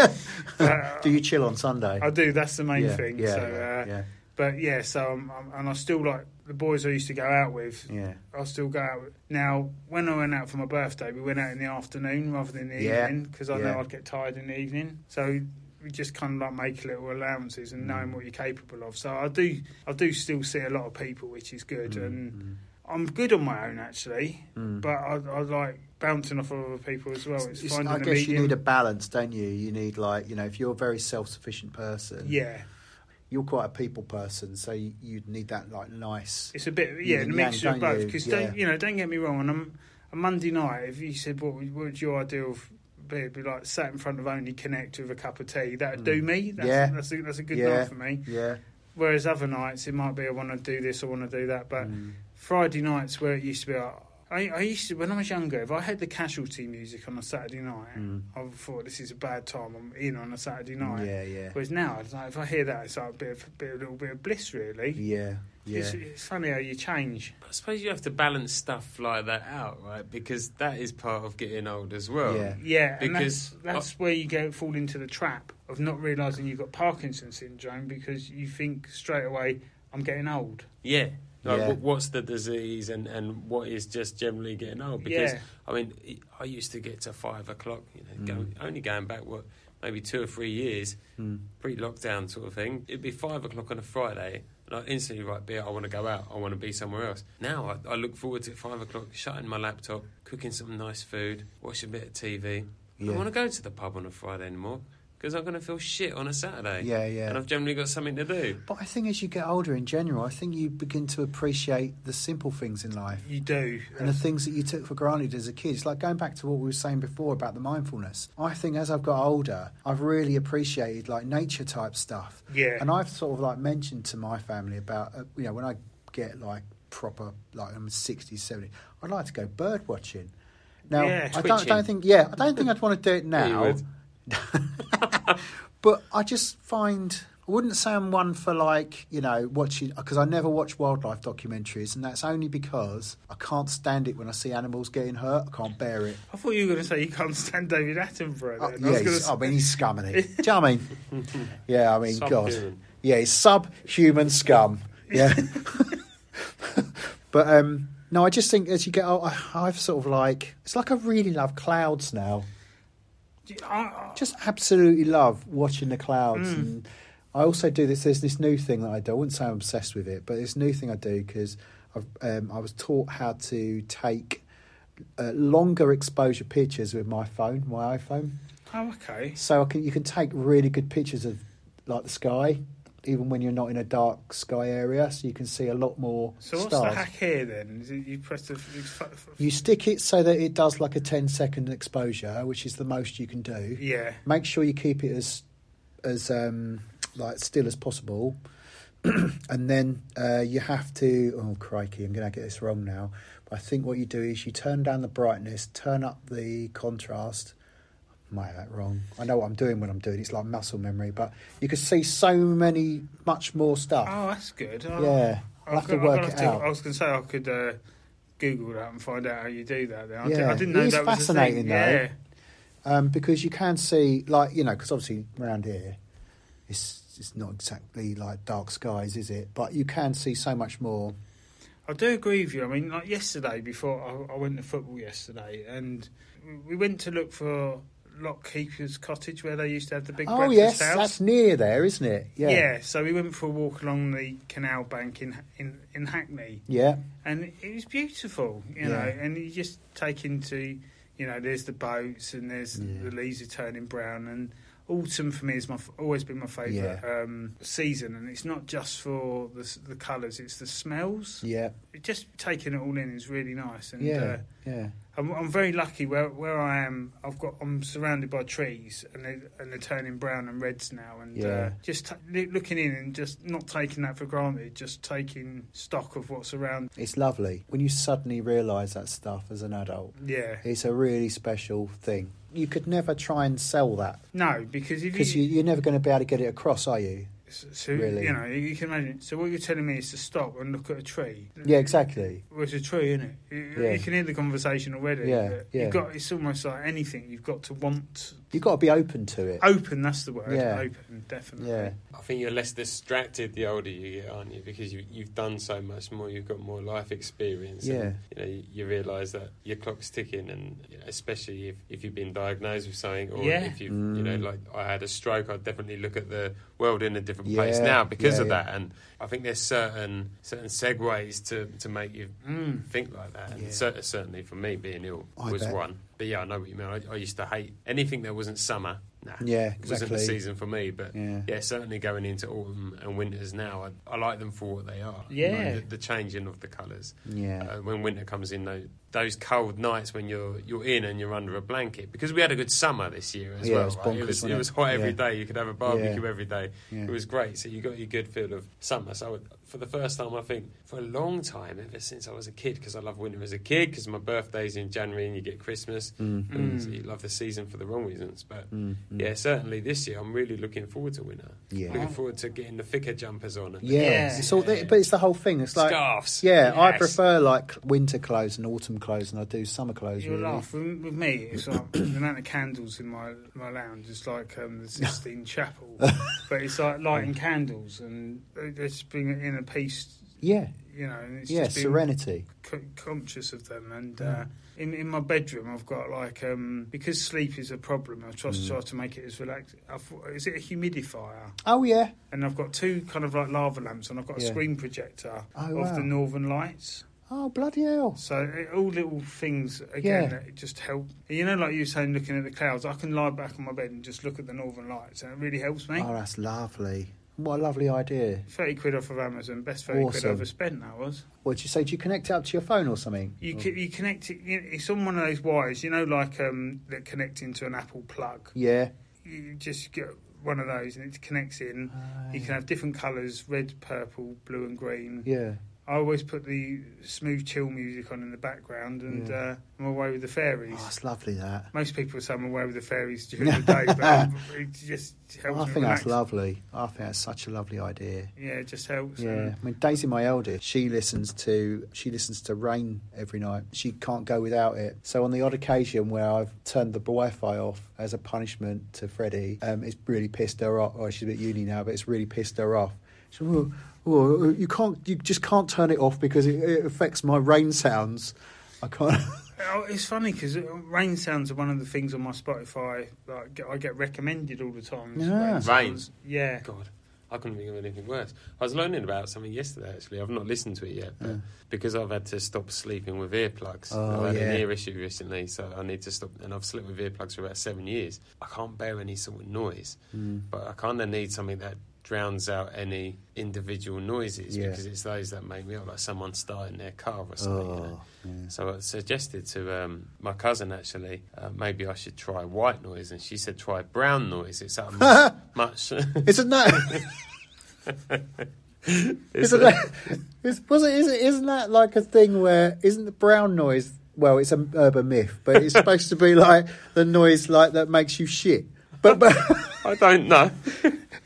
Speaker 2: Uh,
Speaker 1: do you chill on Sunday?
Speaker 2: I do. That's the main thing.
Speaker 1: Yeah,
Speaker 2: so,
Speaker 1: yeah,
Speaker 2: uh, but yeah, so I'm, i and I still like the boys I used to go out with.
Speaker 1: yeah, yeah.
Speaker 2: I still go out with. now. When I went out for my birthday, we went out in the afternoon rather than the
Speaker 1: Yeah,
Speaker 2: evening because I
Speaker 1: yeah.
Speaker 2: know I'd get tired in the evening. So we just kind of like make little allowances and knowing
Speaker 1: Mm.
Speaker 2: what you're capable of. So I do, I do still see a lot of people, which is good. And
Speaker 1: Mm,
Speaker 2: I'm good on my own actually.
Speaker 1: mm, mm.
Speaker 2: But I, I like bouncing off of other people as well. It's,
Speaker 1: It's-
Speaker 2: finding
Speaker 1: I
Speaker 2: the
Speaker 1: guess you
Speaker 2: medium.
Speaker 1: need a balance, don't you? You need like you know, if you're a very self-sufficient person,
Speaker 2: yeah.
Speaker 1: you're quite a people person, so you, you'd need that like nice.
Speaker 2: It's a bit
Speaker 1: You
Speaker 2: yeah, a
Speaker 1: and
Speaker 2: mixture
Speaker 1: yang,
Speaker 2: of
Speaker 1: don't
Speaker 2: both.
Speaker 1: you?
Speaker 2: Because
Speaker 1: Yeah.
Speaker 2: don't you know? Don't get me wrong. On a, a Monday night, if you said what would, what would your ideal f- be, it'd be like sat in front of only connect with a cup of tea. That'd do
Speaker 1: Mm.
Speaker 2: me. That's,
Speaker 1: Yeah.
Speaker 2: that's a, that's a good
Speaker 1: Yeah.
Speaker 2: night for me.
Speaker 1: Yeah,
Speaker 2: Whereas other nights, it might be I want to do this, I want to do that. But
Speaker 1: Mm.
Speaker 2: Friday nights, where it used to be, like, I, I used to when I was younger, if I had the casualty music on a Saturday night,
Speaker 1: Mm.
Speaker 2: I thought this is a bad time. I'm in on a Saturday night.
Speaker 1: yeah, yeah,
Speaker 2: Whereas now, it's like, if I hear that, it's like a bit of, bit, a little bit of bliss, really.
Speaker 1: yeah, yeah.
Speaker 2: It's, it's funny how you change.
Speaker 3: I suppose you have to balance stuff like that out, right? Because that is part of getting old as well.
Speaker 1: Yeah.
Speaker 2: Yeah, and
Speaker 3: Because- uh,
Speaker 2: that's, that's where you go fall into the trap of not realizing you've got Parkinson's syndrome because you think straight away, I'm getting old.
Speaker 3: Yeah. Like,
Speaker 1: Yeah.
Speaker 3: what- what's the disease and, and what is just generally getting old? Oh, Because,
Speaker 2: yeah,
Speaker 3: I mean, I used to get to five o'clock, you know,
Speaker 1: Mm.
Speaker 3: going, only going back, what, maybe two or three years,
Speaker 1: Mm.
Speaker 3: pre lockdown sort of thing. It'd be five o'clock on a Friday, and I instantly write, beer, I want to go out, I want to be somewhere else. Now I, I look forward to five o'clock, shutting my laptop, cooking some nice food, watching a bit of TV. I
Speaker 1: Yeah.
Speaker 3: don't want to go to the pub on a Friday anymore because I'm going to feel shit on a Saturday.
Speaker 1: Yeah,
Speaker 3: And
Speaker 1: yeah.
Speaker 3: I've generally got something to do.
Speaker 1: But I think as you get older in general, I think you begin to appreciate the simple things in life
Speaker 2: you do.
Speaker 1: and the things that you took for granted as a kid. It's like going back to what we were saying before about the mindfulness. I think as I've got older, I've really appreciated like nature type stuff.
Speaker 2: yeah,
Speaker 1: And I've sort of like mentioned to my family about, uh, you know, when I get like proper, like I'm 60, 70, I'd like to go bird watching. Now, I
Speaker 2: Yeah,
Speaker 1: don't, I don't
Speaker 3: twitching.
Speaker 1: think, yeah, I don't think I'd want to do it
Speaker 3: Yeah, you
Speaker 1: now. but I just find, I wouldn't say I'm one for like, you know, watching, because I never watch wildlife documentaries, and that's only because I can't stand it when I see animals getting hurt. I can't bear it.
Speaker 2: I thought you were going to say you can't stand David Attenborough.
Speaker 1: Uh,
Speaker 2: Then. I
Speaker 1: yeah,
Speaker 2: was gonna
Speaker 1: he's-
Speaker 2: say,
Speaker 1: I mean, he's scumming it. Do you know what I mean? Yeah, I mean, God.
Speaker 3: Subhuman.
Speaker 1: Yeah, it's subhuman scum. Yeah. but um no, I just think as you get old, I- I've sort of like it's like I really love clouds now.
Speaker 2: I, I,
Speaker 1: Just absolutely love watching the clouds.
Speaker 2: Mm.
Speaker 1: And I also do this. There's this new thing that I do. I wouldn't say I'm obsessed with it, but this new thing I do because I've um, I was taught how to take uh, longer exposure pictures with my phone, my iPhone.
Speaker 2: oh, okay.
Speaker 1: So I can, you can take really good pictures of like the sky, even when you're not in a dark sky area. So you can see a lot more
Speaker 2: So what's
Speaker 1: stars.
Speaker 2: the hack here then? Is it you press the f- f- f-
Speaker 1: You stick it so that it does like a 10 second exposure, which is the most you can do.
Speaker 2: yeah,
Speaker 1: Make sure you keep it as as um, like still as possible. and then uh, you have to oh crikey, I'm going to get this wrong now. But I think what you do is you turn down the brightness, turn up the contrast. I might have that wrong. I know what I'm doing when I'm doing it. It's like muscle memory, but you can see so many much more stuff.
Speaker 2: oh that's good. I,
Speaker 1: Ah. yeah, I'll have to work
Speaker 2: gonna
Speaker 1: it
Speaker 2: have to- I
Speaker 1: out.
Speaker 2: was going to say I could uh, Google that and find out how you do that. Then I, di-
Speaker 1: Yeah.
Speaker 2: I didn't
Speaker 1: It
Speaker 2: know
Speaker 1: is
Speaker 2: that was a
Speaker 1: fascinating,
Speaker 2: thing.
Speaker 1: though.
Speaker 2: Yeah,
Speaker 1: um, because you can see like you know because obviously around here it's it's not exactly like dark skies is it but you can see so much more
Speaker 2: I do agree with you. I mean, like yesterday, before I, I went to football yesterday, and we went to look for Lockkeeper's Cottage where they used to have the big
Speaker 1: Oh
Speaker 2: breakfast
Speaker 1: yes,
Speaker 2: house.
Speaker 1: that's near there, isn't it?
Speaker 2: yeah.
Speaker 1: Yeah.
Speaker 2: so we went for a walk along the canal bank in in, in Hackney,
Speaker 1: Yeah.
Speaker 2: and it was beautiful, you
Speaker 5: Yeah.
Speaker 2: know. And you just take into, you know, there's the boats and there's
Speaker 1: Yeah.
Speaker 2: the leaves are turning brown, and autumn for me has my f- always been my favourite um, season. And it's not just for the s- the colours; it's the smells.
Speaker 1: Yeah.
Speaker 2: Just taking it all in is really nice. And
Speaker 1: Yeah.
Speaker 2: uh,
Speaker 1: Yeah.
Speaker 2: I'm, I'm very lucky where where I am. I've got I'm surrounded by trees and they and they're turning brown and reds now. And uh,
Speaker 1: Yeah.
Speaker 2: just t- loo- looking in and just not taking that for granted. Just taking stock of what's around.
Speaker 1: It's lovely when you suddenly realise that stuff as an adult.
Speaker 2: Yeah.
Speaker 1: It's a really special thing. You could never try and sell that
Speaker 2: No, because if
Speaker 1: because
Speaker 2: you,
Speaker 1: you, you're never going to be able to get it across, are you?
Speaker 2: s- so,
Speaker 1: really-
Speaker 2: you know you can imagine. So what you're telling me is to stop and look at a tree.
Speaker 1: Yeah, exactly.
Speaker 2: Well, it's a tree, isn't it? You,
Speaker 1: Yeah.
Speaker 2: you can hear the conversation already.
Speaker 1: Yeah,
Speaker 2: but
Speaker 1: yeah.
Speaker 2: You've got. It's almost like anything. You've got to want
Speaker 1: You've got to be open to it.
Speaker 2: open. That's the word.
Speaker 1: Yeah.
Speaker 2: Open, definitely.
Speaker 1: Yeah.
Speaker 3: I think you're less distracted the older you get, aren't you? Because you, you've done so much more, you've got more life experience.
Speaker 1: Yeah.
Speaker 3: And, you know, you, you realise that your clock's ticking, and you know, especially if, if you've been diagnosed with something, or
Speaker 2: Yeah.
Speaker 3: if you've, you know,
Speaker 1: Mm.
Speaker 3: like I had a stroke, I'd definitely look at the world in a different
Speaker 1: Yeah,
Speaker 3: place now because
Speaker 1: yeah,
Speaker 3: of
Speaker 1: yeah.
Speaker 3: that. And I think there's certain certain segues to, to make you
Speaker 2: Mm.
Speaker 3: think like that.
Speaker 1: Yeah.
Speaker 3: And cer- certainly for me, being ill
Speaker 1: I
Speaker 3: was
Speaker 1: bet.
Speaker 3: one. But yeah, I know what you mean. I, I used to hate anything that wasn't summer. Nah,
Speaker 1: Yeah,
Speaker 3: it wasn't the
Speaker 1: exactly.
Speaker 3: season for me. But
Speaker 1: Yeah.
Speaker 3: yeah, certainly going into autumn and winters now, I, I like them for what they are.
Speaker 2: Yeah.
Speaker 3: Like the, the changing of the colours.
Speaker 1: Yeah.
Speaker 3: Uh, when winter comes in, those, those cold nights when you're you're in and you're under a blanket. Because we had a good summer this year as
Speaker 1: Yeah, it
Speaker 3: well.
Speaker 1: was
Speaker 3: right?
Speaker 1: bonkers,
Speaker 3: it, was,
Speaker 1: wasn't
Speaker 3: it
Speaker 1: it?
Speaker 3: was hot every
Speaker 1: Yeah.
Speaker 3: day. You could have a barbecue
Speaker 1: Yeah.
Speaker 3: every day.
Speaker 1: Yeah.
Speaker 3: It was great. So you got your good feel of summer. So I would- for the first time, I think for a long time, ever since I was a kid, because I love winter as a kid, because my birthday's in January and you get Christmas,
Speaker 1: Mm.
Speaker 3: and
Speaker 2: Mm.
Speaker 3: you love the season for the wrong reasons. But
Speaker 1: Mm. Mm.
Speaker 3: yeah, certainly this year, I'm really looking forward to winter.
Speaker 1: Yeah.
Speaker 3: Looking forward to getting the thicker jumpers on. And the
Speaker 1: Yeah.
Speaker 2: Yeah.
Speaker 1: It's all, but it's the whole thing. It's like
Speaker 3: scarves.
Speaker 1: Yeah, I
Speaker 3: Yes.
Speaker 1: prefer like winter clothes and autumn clothes, and I do summer clothes.
Speaker 2: You'll
Speaker 1: really.
Speaker 2: laugh. With, with me, it's like the amount of candles in my my lounge is like um, the Sistine Chapel, but it's like lighting candles and they- they just bring it in a peace,
Speaker 1: Yeah,
Speaker 2: you know. And it's
Speaker 1: yeah, Mm.
Speaker 2: just being
Speaker 1: serenity.
Speaker 2: c- conscious of them. And uh, in in my bedroom, I've got like um, because sleep is a problem. I try,
Speaker 1: Mm.
Speaker 2: try to make it as relaxed. I've, is it a humidifier?
Speaker 1: Oh yeah,
Speaker 2: And I've got two kind of like lava lamps, and I've got a
Speaker 1: Yeah.
Speaker 2: screen projector
Speaker 1: Oh,
Speaker 2: of
Speaker 1: wow.
Speaker 2: the Northern Lights.
Speaker 1: oh bloody hell.
Speaker 2: So it, all little things again
Speaker 1: Yeah.
Speaker 2: that just help. You know, like you were saying, looking at the clouds. I can lie back on my bed and just look at the northern lights, and it really helps me.
Speaker 1: Oh, that's lovely. What a lovely idea.
Speaker 2: Thirty quid off of Amazon, best thirty quid
Speaker 1: Awesome.
Speaker 2: I ever spent. That was.
Speaker 1: What did you say? Do you connect it up to your phone or something?
Speaker 2: You
Speaker 1: Or-
Speaker 2: c- you connect it. You it's on one of those wires. You know, like um, that connect into an Apple plug.
Speaker 1: Yeah.
Speaker 2: You just get one of those, and it connects in. You
Speaker 1: Ah,
Speaker 2: can have different colours: red, purple, blue, and green.
Speaker 1: yeah.
Speaker 2: I always put the smooth chill music on in the background, and
Speaker 1: Yeah.
Speaker 2: uh, I'm away with the fairies.
Speaker 1: Oh, it's lovely that.
Speaker 2: Most people say I'm away with the fairies during the day, but um, it just helps.
Speaker 1: Oh, I
Speaker 2: me
Speaker 1: think that's
Speaker 2: relax.
Speaker 1: lovely. I think that's such a lovely idea.
Speaker 2: Yeah, it just helps.
Speaker 1: Yeah,
Speaker 2: um,
Speaker 1: I mean Daisy, my eldest, she listens to she listens to rain every night. She can't go without it. So on the odd occasion where I've turned the Wi-Fi off as a punishment to Freddie, um, it's really pissed her off. Or she's at uni now, but it's really pissed her off. She's oh, oh, you can't, you just can't turn it off because it, it affects my rain sounds. I can't.
Speaker 2: oh, it's funny because rain sounds are one of the things on my Spotify. Like get- I get recommended all the time. is
Speaker 1: Yeah.
Speaker 3: Rain.
Speaker 2: sounds. Yeah.
Speaker 3: God, I couldn't think of anything worse. I was learning about something yesterday, actually. I've not listened to it yet, but
Speaker 1: Yeah.
Speaker 3: because I've had to stop sleeping with earplugs.
Speaker 1: Oh,
Speaker 3: I've had
Speaker 1: yeah.
Speaker 3: an ear issue recently, so I need to stop. And I've slept with earplugs for about seven years. I can't bear any sort of noise,
Speaker 1: Mm.
Speaker 3: but I kind of need something that drowns out any individual noises
Speaker 1: Yeah.
Speaker 3: because it's those that make me up, like someone starting their car or something. you
Speaker 1: oh,
Speaker 3: know?
Speaker 1: yeah.
Speaker 3: So I suggested to um, my cousin actually, uh, maybe I should try white noise, and she said try brown noise. It's that much. much
Speaker 1: Isn't that?
Speaker 3: it's
Speaker 1: Isn't that, is, was it, is it, isn't that like a thing where isn't the brown noise? Well, it's an urban myth, but it's supposed to be like the noise like that makes you shit. But, but
Speaker 3: I don't know.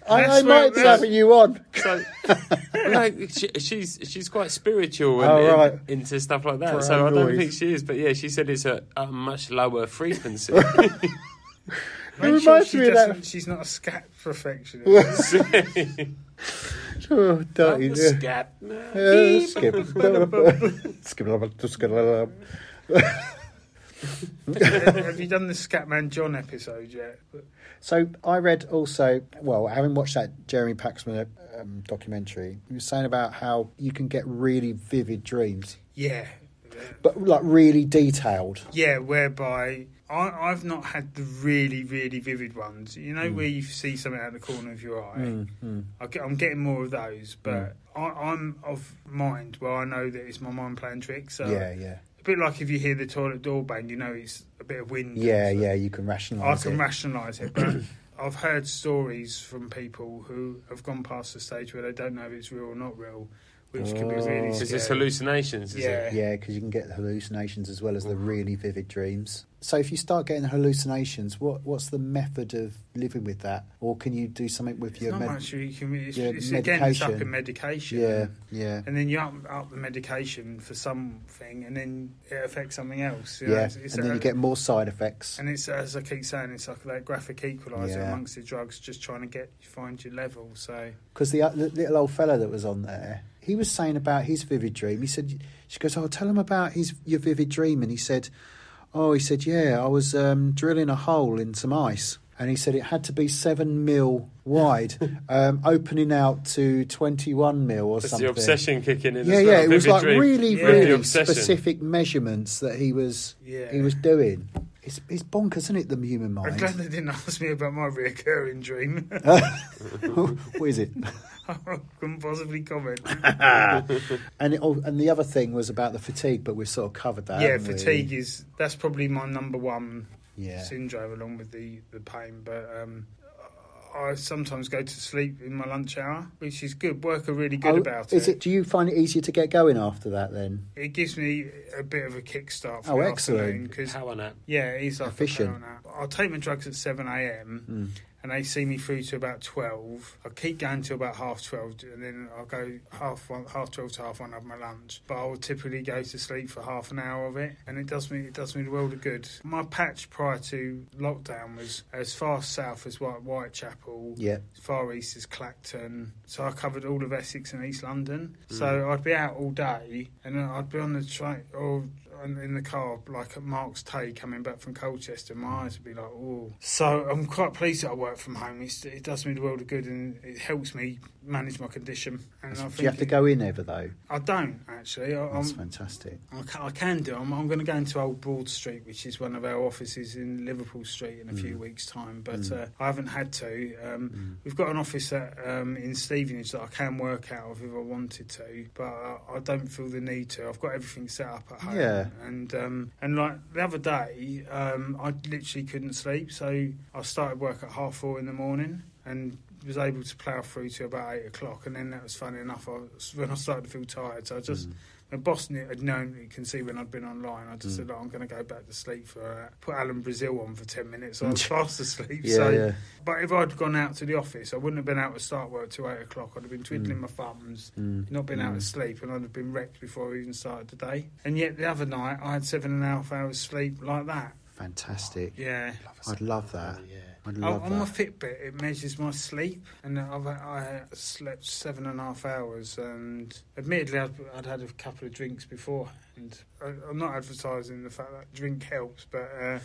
Speaker 1: I, I
Speaker 2: That's
Speaker 1: might
Speaker 2: where-
Speaker 1: be having you on.
Speaker 3: So, well, no, she, she's she's quite spiritual and,
Speaker 1: Oh,
Speaker 3: and
Speaker 1: right.
Speaker 3: into stuff like that.
Speaker 1: Brown
Speaker 3: so I don't
Speaker 1: noise.
Speaker 3: think she is, but yeah, she said it's at a much lower frequency.
Speaker 2: Make
Speaker 1: It
Speaker 2: sure
Speaker 1: reminds
Speaker 2: she
Speaker 1: me of that-
Speaker 2: doesn't- She's not a scat perfectionist.
Speaker 1: Oh, dirty. yeah.
Speaker 3: Scat.
Speaker 1: Yeah, skip. Skip. Skip. Skip.
Speaker 2: Have you done the Scatman John episode yet? But
Speaker 1: So I read also, well, having watched that Jeremy Paxman um, documentary, he was saying about how you can get really vivid dreams,
Speaker 2: yeah,
Speaker 1: but like really detailed.
Speaker 2: yeah, whereby I, I've not had the really, really vivid ones. You
Speaker 1: Hmm.
Speaker 2: know, where you see something out the corner of your eye. I get, I'm getting more of those, but
Speaker 1: Hmm.
Speaker 2: I, I'm of mind where I know that it's my mind playing tricks. So
Speaker 1: yeah, yeah,
Speaker 2: a bit like if you hear the toilet door bang, you know it's a bit of wind.
Speaker 1: yeah,
Speaker 2: So
Speaker 1: yeah. You can
Speaker 2: I
Speaker 1: rationalise.
Speaker 2: can
Speaker 1: it.
Speaker 2: rationalise it, but I've heard stories from people who have gone past the stage where they don't know if it's real or not real, which could be really
Speaker 1: Oh.
Speaker 3: Is this
Speaker 2: scary.
Speaker 3: hallucinations? Is
Speaker 2: Yeah.
Speaker 3: it?
Speaker 1: Yeah, because you can get hallucinations as well as the really vivid dreams. So if you start getting hallucinations, what what's the method of living with that, or can you do something with
Speaker 2: It's
Speaker 1: your
Speaker 2: not
Speaker 1: med-
Speaker 2: much you can. It's,
Speaker 1: your
Speaker 2: it's again, it's up in
Speaker 1: medication.
Speaker 2: medication.
Speaker 1: Yeah, yeah.
Speaker 2: And then you up, up the medication for something, and then it affects something else. you know,
Speaker 1: Yeah,
Speaker 2: it's- it's
Speaker 1: and then
Speaker 2: a-
Speaker 1: you get more side effects.
Speaker 2: And it's as I keep saying, it's like that graphic equalizer
Speaker 1: Yeah.
Speaker 2: amongst the drugs, just trying to get find your level. So
Speaker 1: Because the, uh, the little old fellow that was on there, he was saying about his vivid dream. He said, she goes, oh, tell him about his your vivid dream. And he said, oh, he said, yeah, I was um, drilling a hole in some ice. And he said it had to be seven mil wide, um, opening out to twenty-one mil or
Speaker 3: That's
Speaker 1: something.
Speaker 3: the obsession kicking in.
Speaker 1: Yeah,
Speaker 3: as
Speaker 1: yeah,
Speaker 3: well.
Speaker 1: it was
Speaker 3: Vivid
Speaker 1: like
Speaker 3: dream.
Speaker 1: really,
Speaker 2: Yeah.
Speaker 3: With the
Speaker 1: really
Speaker 3: obsession.
Speaker 1: specific measurements that he was
Speaker 2: yeah,
Speaker 1: he was doing. It's it's bonkers, isn't it? The human
Speaker 2: I'm glad
Speaker 1: mind.
Speaker 2: they didn't ask me about my reoccurring dream.
Speaker 1: what is it?
Speaker 2: I couldn't possibly comment. Ah.
Speaker 1: And it, all- and the other thing was about the fatigue, but we've sort of covered that.
Speaker 2: yeah,
Speaker 1: haven't we?
Speaker 2: fatigue is that's probably my number one
Speaker 1: Yeah.
Speaker 2: syndrome, along with the the pain. But um, I sometimes go to sleep in my lunch hour, which is good. Work are really good
Speaker 1: Oh,
Speaker 2: about
Speaker 1: is it. Do you find it easier to get going after that then?
Speaker 2: It gives me a bit of a kickstart.
Speaker 1: Oh,
Speaker 2: For the
Speaker 1: excellent.
Speaker 2: afternoon 'cause
Speaker 3: How on that?
Speaker 2: Yeah, it is like
Speaker 1: Efficient.
Speaker 2: Efficient. I'll take my drugs at 7 a.m. and they see me through to about 12. I keep going till about half 12 and then I'll go half one, half 12 to half 1 have my lunch. But I'll typically go to sleep for half an hour of it and it does me it does me the world of good. My patch prior to lockdown was as far south as White Whitechapel.
Speaker 1: Yeah.
Speaker 2: as Far east as Clacton, so I covered all of Essex and East London.
Speaker 1: Mm.
Speaker 2: So I'd be out all day, and then I'd be on the train or on- in the car, like at Mark's Tay coming back from Colchester, my eyes would be like, oh. So I'm quite pleased that I work from home. It's, it does me the world of good and it helps me manage my condition. And I
Speaker 1: Do you have to
Speaker 2: think- Um,
Speaker 1: go in ever though?
Speaker 2: I don't actually. I,
Speaker 1: That's
Speaker 2: I'm,
Speaker 1: fantastic.
Speaker 2: I, can, I can do. I'm, I'm going to go into Old Broad Street, which is one of our offices in Liverpool Street, in a
Speaker 1: Mm.
Speaker 2: few weeks' time. But uh, I haven't had to. Um,
Speaker 1: Hmm.
Speaker 2: We've got an office at, um, in Stevenage that I can work out of if I wanted to, but I, I don't feel the need to. I've got everything set up at home.
Speaker 1: Yeah.
Speaker 2: And um, and like the other day, um, I literally couldn't sleep, so I started work at half four in the morning and was able to plough through to about eight o'clock. And then that was funny enough. I was, when I started to feel tired, so I
Speaker 1: Hmm. Mm.
Speaker 2: just my boss knew, had known you can see when I'd been online. I just
Speaker 1: Mm.
Speaker 2: said, "Look, I'm going to go back to sleep for uh, put Alan Brazil on for ten minutes. I was fast
Speaker 1: Mm.
Speaker 2: asleep.
Speaker 1: Yeah,
Speaker 2: so,
Speaker 1: yeah.
Speaker 2: but if I'd gone out to the office, I wouldn't have been out to start work till eight o'clock. I'd have been
Speaker 1: Mm.
Speaker 2: twiddling my thumbs,
Speaker 1: Hmm.
Speaker 2: not been out of sleep, and I'd have been wrecked before I even started the day. And yet the other night, I had seven and a half hours sleep like that.
Speaker 1: Fantastic.
Speaker 2: Yeah.
Speaker 1: I'd love that.
Speaker 3: Yeah.
Speaker 1: I'd
Speaker 2: Oh,
Speaker 1: love
Speaker 2: on my
Speaker 1: that.
Speaker 2: Fitbit, it measures my sleep, and I've, I slept seven and a half hours. And admittedly, I'd, I'd had a couple of drinks beforehand. I, I'm not advertising the fact that drink helps, but uh,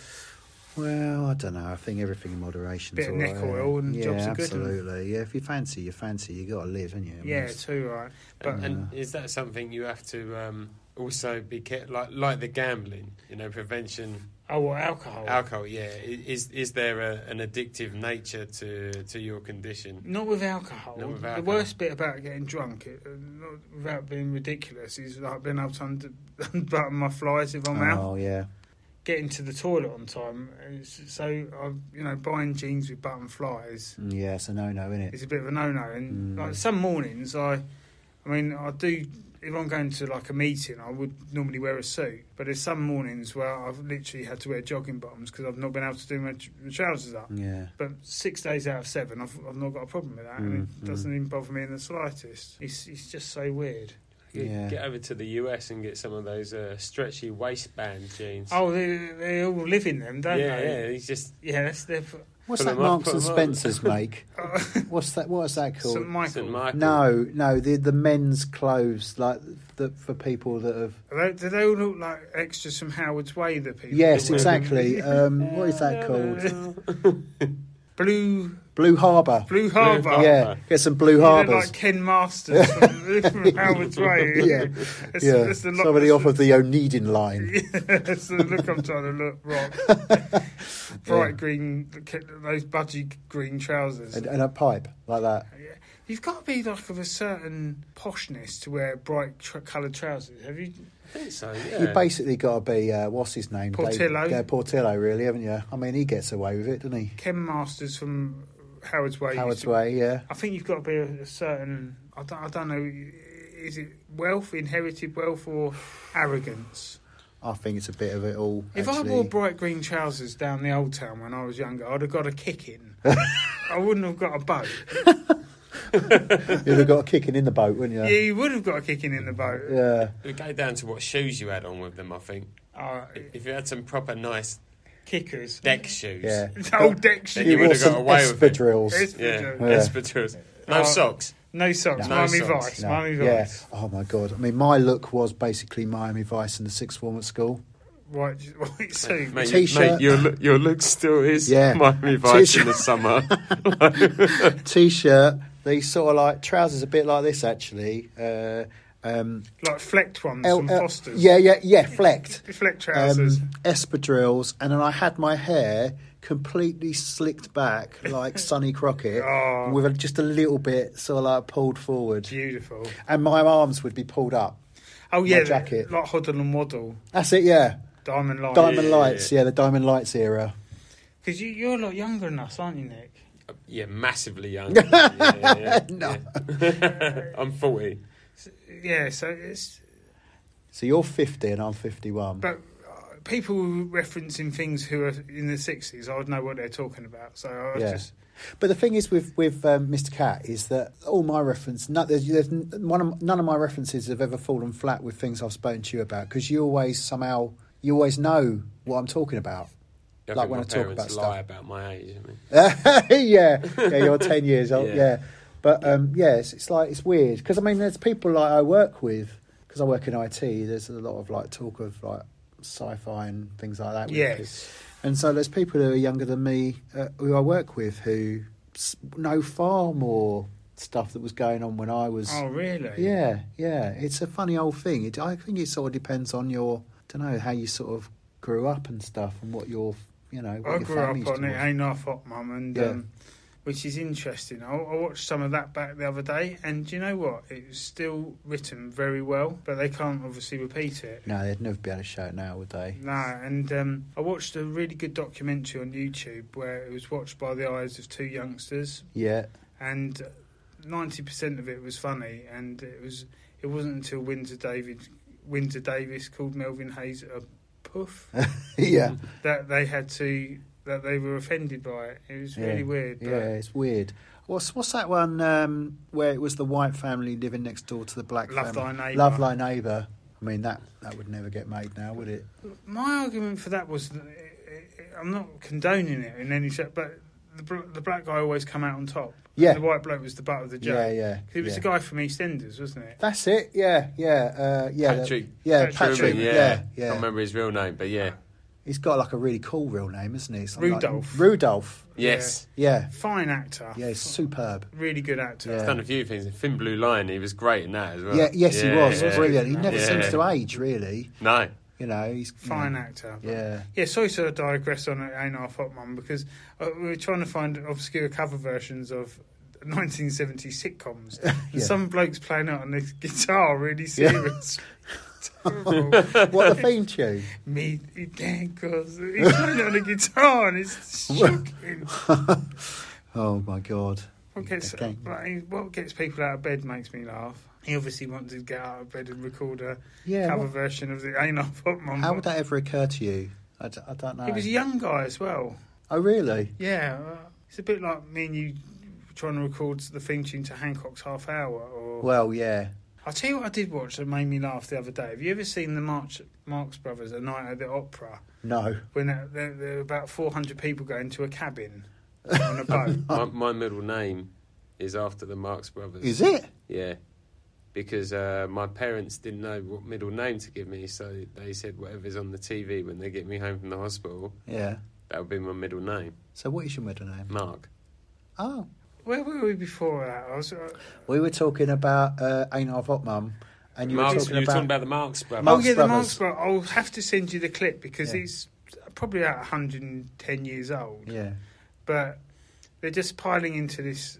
Speaker 1: Well, I don't know. I think everything in moderation.
Speaker 2: Bit of neck oil and
Speaker 1: yeah,
Speaker 2: jobs are good, and-
Speaker 1: absolutely. yeah, if you fancy, you fancy. You got to live, haven't you? I mean,
Speaker 2: yeah,
Speaker 1: it's-
Speaker 2: too right. But
Speaker 3: And, and is that something you have to um, also be care- like like the gambling? You know, prevention,
Speaker 2: oh, well, alcohol.
Speaker 3: alcohol. Yeah, I- is is there a, an addictive nature to to your condition?
Speaker 2: Not with alcohol.
Speaker 3: Not with
Speaker 2: The
Speaker 3: alcohol.
Speaker 2: worst bit about getting drunk, it, uh, not, without being ridiculous, is like being able to und- unbutton my flies if I'm out.
Speaker 1: Oh yeah.
Speaker 2: Getting to the toilet on time. It's, so, I'm, you know, buying jeans with button flies
Speaker 1: Mm, Yeah, it's a no-no, isn't it?
Speaker 2: is a bit of a no-no. And
Speaker 1: Mm.
Speaker 2: like some mornings, I, I mean, I do. If I'm going to like a meeting, I would normally wear a suit. But there's some mornings where I've literally had to wear jogging bottoms because I've not been able to do my, tr- my trousers up.
Speaker 1: Yeah.
Speaker 2: But six days out of seven, I've, I've not got a problem with that, and
Speaker 1: Mm,
Speaker 3: Mm-hmm.
Speaker 2: it doesn't even bother me in the slightest. It's it's just so weird.
Speaker 3: You
Speaker 1: Yeah.
Speaker 3: Get over to the US and get some of those uh, stretchy waistband jeans.
Speaker 2: Oh, they they all live in them, don't
Speaker 3: yeah,
Speaker 2: they?
Speaker 3: yeah. He's just
Speaker 2: Yeah, that's their.
Speaker 1: What's
Speaker 3: Pull
Speaker 1: that
Speaker 3: 'em up,
Speaker 1: Marks
Speaker 3: pull
Speaker 1: and
Speaker 3: 'em up.
Speaker 1: Spencer's make? What's that? What is that called?
Speaker 2: St uh, Michael.
Speaker 3: St. Michael.
Speaker 1: No, no, the the men's clothes like the, for people that have.
Speaker 2: Are they, do they all look like extras from Howard's Way? The people.
Speaker 1: Yes,
Speaker 3: Yeah.
Speaker 1: exactly. Um, what is that called?
Speaker 2: Blue
Speaker 1: Blue Harbour.
Speaker 2: Blue Harbour.
Speaker 1: Yeah, get some Blue
Speaker 2: You look
Speaker 1: Harbours.
Speaker 2: like Ken Masters from, from Howard's Way.
Speaker 1: Yeah,
Speaker 2: It's,
Speaker 1: yeah.
Speaker 2: it's the look,
Speaker 1: Somebody
Speaker 2: it's
Speaker 1: off of the Oneedin line.
Speaker 2: the, it's the look I'm trying to look. Rock. Bright green, those budgie green trousers.
Speaker 1: And, and a pipe like that.
Speaker 2: You've got to be like of a certain poshness to wear bright tr- coloured trousers. Have you?
Speaker 3: I think so,
Speaker 1: You
Speaker 3: yeah.
Speaker 1: basically got to be uh, what's his name? Dave-
Speaker 2: Portillo.
Speaker 1: yeah, Portillo, really, haven't you? I mean, he gets away with it, doesn't he?
Speaker 2: Ken Masters from Howard's Way. used
Speaker 1: Howard's
Speaker 2: to-
Speaker 1: Way, yeah.
Speaker 2: I think you've got to be a, a certain. I don't, I don't know. Is it wealth, inherited wealth, or arrogance?
Speaker 1: I think it's a bit of it all.
Speaker 2: If
Speaker 1: actually.
Speaker 2: I wore bright green trousers down the old town when I was younger, I'd have got a kicking. I wouldn't have got a boat.
Speaker 1: you'd have got a kicking in the boat, wouldn't
Speaker 2: Yeah,
Speaker 1: you?
Speaker 2: you would have got a kicking in the boat.
Speaker 1: yeah.
Speaker 3: It go down to what shoes you had on with them, I think.
Speaker 2: Uh,
Speaker 3: If you had some proper nice
Speaker 2: kickers.
Speaker 3: deck shoes.
Speaker 1: Yeah.
Speaker 2: Old deck shoes.
Speaker 3: Then
Speaker 1: He
Speaker 3: you
Speaker 1: wore
Speaker 3: would've got
Speaker 1: some
Speaker 3: away with it.
Speaker 1: espadrilles.
Speaker 2: It's-
Speaker 3: Yeah,
Speaker 2: Yeah.
Speaker 3: espadrilles. No
Speaker 2: Uh,
Speaker 3: socks.
Speaker 2: No socks.
Speaker 3: No
Speaker 2: Miami
Speaker 3: socks,
Speaker 2: Vice.
Speaker 1: No,
Speaker 2: Miami
Speaker 1: yeah.
Speaker 2: Vice.
Speaker 1: Oh my god. I mean, my look was basically Miami Vice in the sixth form at school.
Speaker 2: White, white suit.
Speaker 3: Mate,
Speaker 1: T-shirt.
Speaker 3: You, mate, your, look, your look still is
Speaker 1: Yeah.
Speaker 3: Miami Vice in the
Speaker 1: T-shirt.
Speaker 3: summer.
Speaker 1: T-shirt. These sort of like trousers, a bit like this actually. Uh, um,
Speaker 2: Like flecked ones
Speaker 1: L-
Speaker 2: from
Speaker 1: L-
Speaker 2: Foster's.
Speaker 1: yeah, yeah, yeah. Flecked.
Speaker 2: Flecked
Speaker 1: um,
Speaker 2: trousers.
Speaker 1: espadrilles, and then I had my hair completely slicked back like Sonny Crockett,
Speaker 2: Oh.
Speaker 1: with a, just a little bit sort of like pulled forward,
Speaker 2: Beautiful.
Speaker 1: and my arms would be pulled up.
Speaker 2: Oh, yeah.
Speaker 1: jacket.
Speaker 2: Like Hoddle and Waddle.
Speaker 1: That's it, yeah.
Speaker 2: Diamond Light.
Speaker 1: Diamond
Speaker 3: Oh, yeah,
Speaker 1: Lights, yeah, the Diamond Lights era.
Speaker 2: Because you, you're a lot younger than us, aren't you, Nick?
Speaker 3: yeah, massively young. Yeah, yeah, yeah.
Speaker 1: No.
Speaker 3: Yeah. I'm 40.
Speaker 2: Yeah, so it's.
Speaker 1: So you're 50 and I'm 51.
Speaker 2: But uh, people referencing things who are in the 60s, I would know what they're talking about. So I was
Speaker 1: Yeah.
Speaker 2: just.
Speaker 1: But the thing is with with um, Mr. Cat is that all my reference, no, there's, there's n- one of, none of my references have ever fallen flat with things I've spoken to you about because you always somehow you always know what I'm talking about.
Speaker 3: I
Speaker 1: Like
Speaker 3: think
Speaker 1: when
Speaker 3: my
Speaker 1: I talk
Speaker 3: parents
Speaker 1: about
Speaker 3: lie
Speaker 1: stuff.
Speaker 3: about my age. I mean.
Speaker 1: yeah, yeah, you're ten years old.
Speaker 3: Yeah.
Speaker 1: Yeah, but um, yes, it's, it's like it's weird because I mean, there's people like I work with because I work in IT. There's a lot of like talk of like sci-fi and things like that. with
Speaker 2: Yes.
Speaker 1: And so there's people who are younger than me uh, who I work with who s- know far more stuff that was going on when I was.
Speaker 2: Oh, really?
Speaker 1: Yeah, yeah. It's a funny old thing. It, I think it sort of depends on your, don't know, how you sort of grew up and stuff and what your, you know, what
Speaker 2: I
Speaker 1: your
Speaker 2: grew up
Speaker 1: family's
Speaker 2: on
Speaker 1: doing.
Speaker 2: it, Ain't Half Hot Mum, and
Speaker 1: Yeah.
Speaker 2: um, which is interesting. I, I watched some of that back the other day, and do you know what? It was still written very well, but they can't obviously repeat it.
Speaker 1: No, they'd never be able to show it now, would they?
Speaker 2: No, and um, I watched a really good documentary on YouTube where it was watched by the eyes of two youngsters,
Speaker 1: Yeah,
Speaker 2: and ninety percent of it was funny, and it was it wasn't until Windsor David Windsor Davis called Melvin Hayes a poof Mm.
Speaker 1: yeah,
Speaker 2: that they had to that they were offended by it. It was really
Speaker 1: Yeah.
Speaker 2: weird. But
Speaker 1: yeah. It's weird. What's what's that one um, where it was the white family living next door to the black
Speaker 2: Love
Speaker 1: family?
Speaker 2: thy neighbour.
Speaker 1: Love thy neighbour. I mean that that would never get made now, would it?
Speaker 2: My argument for that was, that I'm not condoning it in any sense, but the, bl- the black guy always come out on top.
Speaker 1: Yeah.
Speaker 2: the white bloke was the butt of the joke.
Speaker 1: Yeah, yeah.
Speaker 2: He was
Speaker 1: yeah.
Speaker 2: the guy from EastEnders, wasn't it?
Speaker 1: That's it. Yeah, yeah, uh, yeah. that-
Speaker 3: Patrick.
Speaker 1: Yeah,
Speaker 2: Patrick.
Speaker 1: Patrick.
Speaker 3: Truman,
Speaker 1: yeah,
Speaker 3: yeah.
Speaker 1: yeah.
Speaker 3: I can't remember his real name, but yeah.
Speaker 1: He's got like a really cool real name, isn't he? Something like-
Speaker 2: Rudolph.
Speaker 1: Rudolph.
Speaker 3: Yes.
Speaker 1: Yeah,
Speaker 2: Fine actor.
Speaker 1: yeah. He's superb.
Speaker 2: Really good actor.
Speaker 3: He's
Speaker 1: Yeah.
Speaker 3: done a few things. Thin Blue Line, he was great in that as well.
Speaker 1: Yeah, yes, he was.
Speaker 2: yeah.
Speaker 1: Brilliant. He never
Speaker 3: Yeah.
Speaker 1: seems to age, really.
Speaker 3: No.
Speaker 1: You know, he's you know,
Speaker 2: Fine actor.
Speaker 1: Yeah.
Speaker 2: Yeah, sorry to digress on it, Ain't Half Hot Mum, because uh, we were trying to find obscure cover versions of 1970 sitcoms. And
Speaker 1: Yeah.
Speaker 2: Some bloke's playing it on the guitar really serious. Terrible.
Speaker 1: What the theme tune?
Speaker 2: Meet the Dankles. He's playing it on the guitar and it's shocking.
Speaker 1: Oh my god.
Speaker 2: What gets,
Speaker 1: Okay.
Speaker 2: like, what gets people out of bed makes me laugh. He obviously wanted to get out of bed and record a
Speaker 1: Yeah.
Speaker 2: cover
Speaker 1: what-
Speaker 2: version of the Ain't Half Hot Mum.
Speaker 1: how would that ever occur to you? I, d- I don't know.
Speaker 2: He was a young guy as well.
Speaker 1: oh really?
Speaker 2: Yeah, uh, it's a bit like me and you trying to record the theme tune to Hancock's Half Hour. Or
Speaker 1: Well, yeah.
Speaker 2: I'll tell you what I did watch that made me laugh the other day. Have you ever seen the March Marx Brothers, A Night at the Opera?
Speaker 1: No.
Speaker 2: When there, there, there were about 400 people going to a cabin on a boat.
Speaker 3: My, my middle name is after the Marx Brothers.
Speaker 1: Is it?
Speaker 3: Yeah, because uh, my parents didn't know what middle name to give me, so they said whatever's on the TV when they get me home from the hospital,
Speaker 1: Yeah.
Speaker 3: that would be my middle name,
Speaker 1: So what is your middle name?
Speaker 3: Mark.
Speaker 1: Oh,
Speaker 2: Where were we before that? I was, uh,
Speaker 1: we were talking about uh, Ain't I Hot Mum, and you
Speaker 3: Marx,
Speaker 1: were talking
Speaker 3: you were
Speaker 1: about,
Speaker 3: talking about the Marx Brothers.
Speaker 2: oh
Speaker 1: Marx
Speaker 2: yeah, the
Speaker 1: Brothers.
Speaker 2: Marx Brothers. I'll have to send you the clip because
Speaker 1: Yeah.
Speaker 2: it's probably about 110 years old.
Speaker 1: yeah,
Speaker 2: But they're just piling into this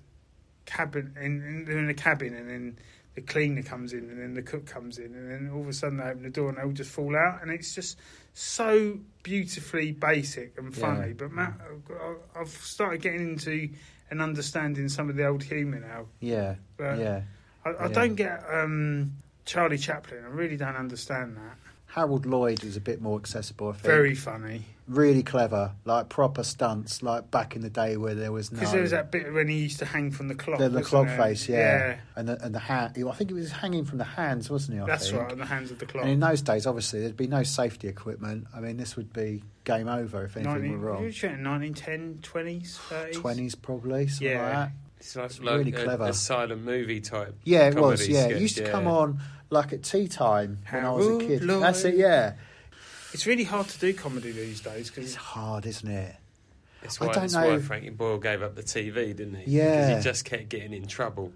Speaker 2: cabin, and, and they're in a cabin, and then the cleaner comes in, and then the cook comes in, and then all of a sudden they open the door and they all just fall out, and it's just so beautifully basic and
Speaker 1: Yeah.
Speaker 2: funny. But Matt, I- I've started getting into and understanding some of the old humour now.
Speaker 1: yeah,
Speaker 2: But
Speaker 1: yeah.
Speaker 2: I, I
Speaker 1: Yeah.
Speaker 2: don't get um, Charlie Chaplin. I really don't understand that.
Speaker 1: Harold Lloyd was a bit more accessible. I think.
Speaker 2: Very funny
Speaker 1: really clever, like proper stunts, like back in the day where there was no.
Speaker 2: because there was that bit when he used to hang from the clock.
Speaker 1: the, the
Speaker 2: wasn't
Speaker 1: clog
Speaker 2: there?
Speaker 1: face, yeah. and the and the hand. I think it was hanging from the hands, wasn't it? I
Speaker 2: that's
Speaker 1: think?
Speaker 2: right on the hands of the clock.
Speaker 1: And in those days, obviously, there'd be no safety equipment. I mean, this would be game over if anything
Speaker 2: 19,
Speaker 1: were
Speaker 2: you were
Speaker 1: wrong.
Speaker 2: shooting 1910, 20s, 30s.
Speaker 1: Twenties, probably, something
Speaker 2: Yeah.
Speaker 1: like that.
Speaker 3: It's like,
Speaker 1: It's
Speaker 3: like
Speaker 1: really
Speaker 3: a,
Speaker 1: clever.
Speaker 3: a silent movie type.
Speaker 1: Yeah, it
Speaker 3: comedy
Speaker 1: was. Yeah,
Speaker 3: sketch,
Speaker 1: it used to
Speaker 3: yeah.
Speaker 1: come on like at tea time when I was a
Speaker 2: Harold
Speaker 1: kid. That's it.
Speaker 2: Lloyd.
Speaker 1: Yeah,
Speaker 2: It's really hard to do comedy these days
Speaker 1: it's
Speaker 2: because
Speaker 1: hard, isn't it?
Speaker 3: That's
Speaker 1: I
Speaker 3: why,
Speaker 1: don't
Speaker 3: that's
Speaker 1: know.
Speaker 3: why Frankie Boyle gave up the TV, didn't he?
Speaker 1: Yeah.
Speaker 3: Because he just kept getting in trouble.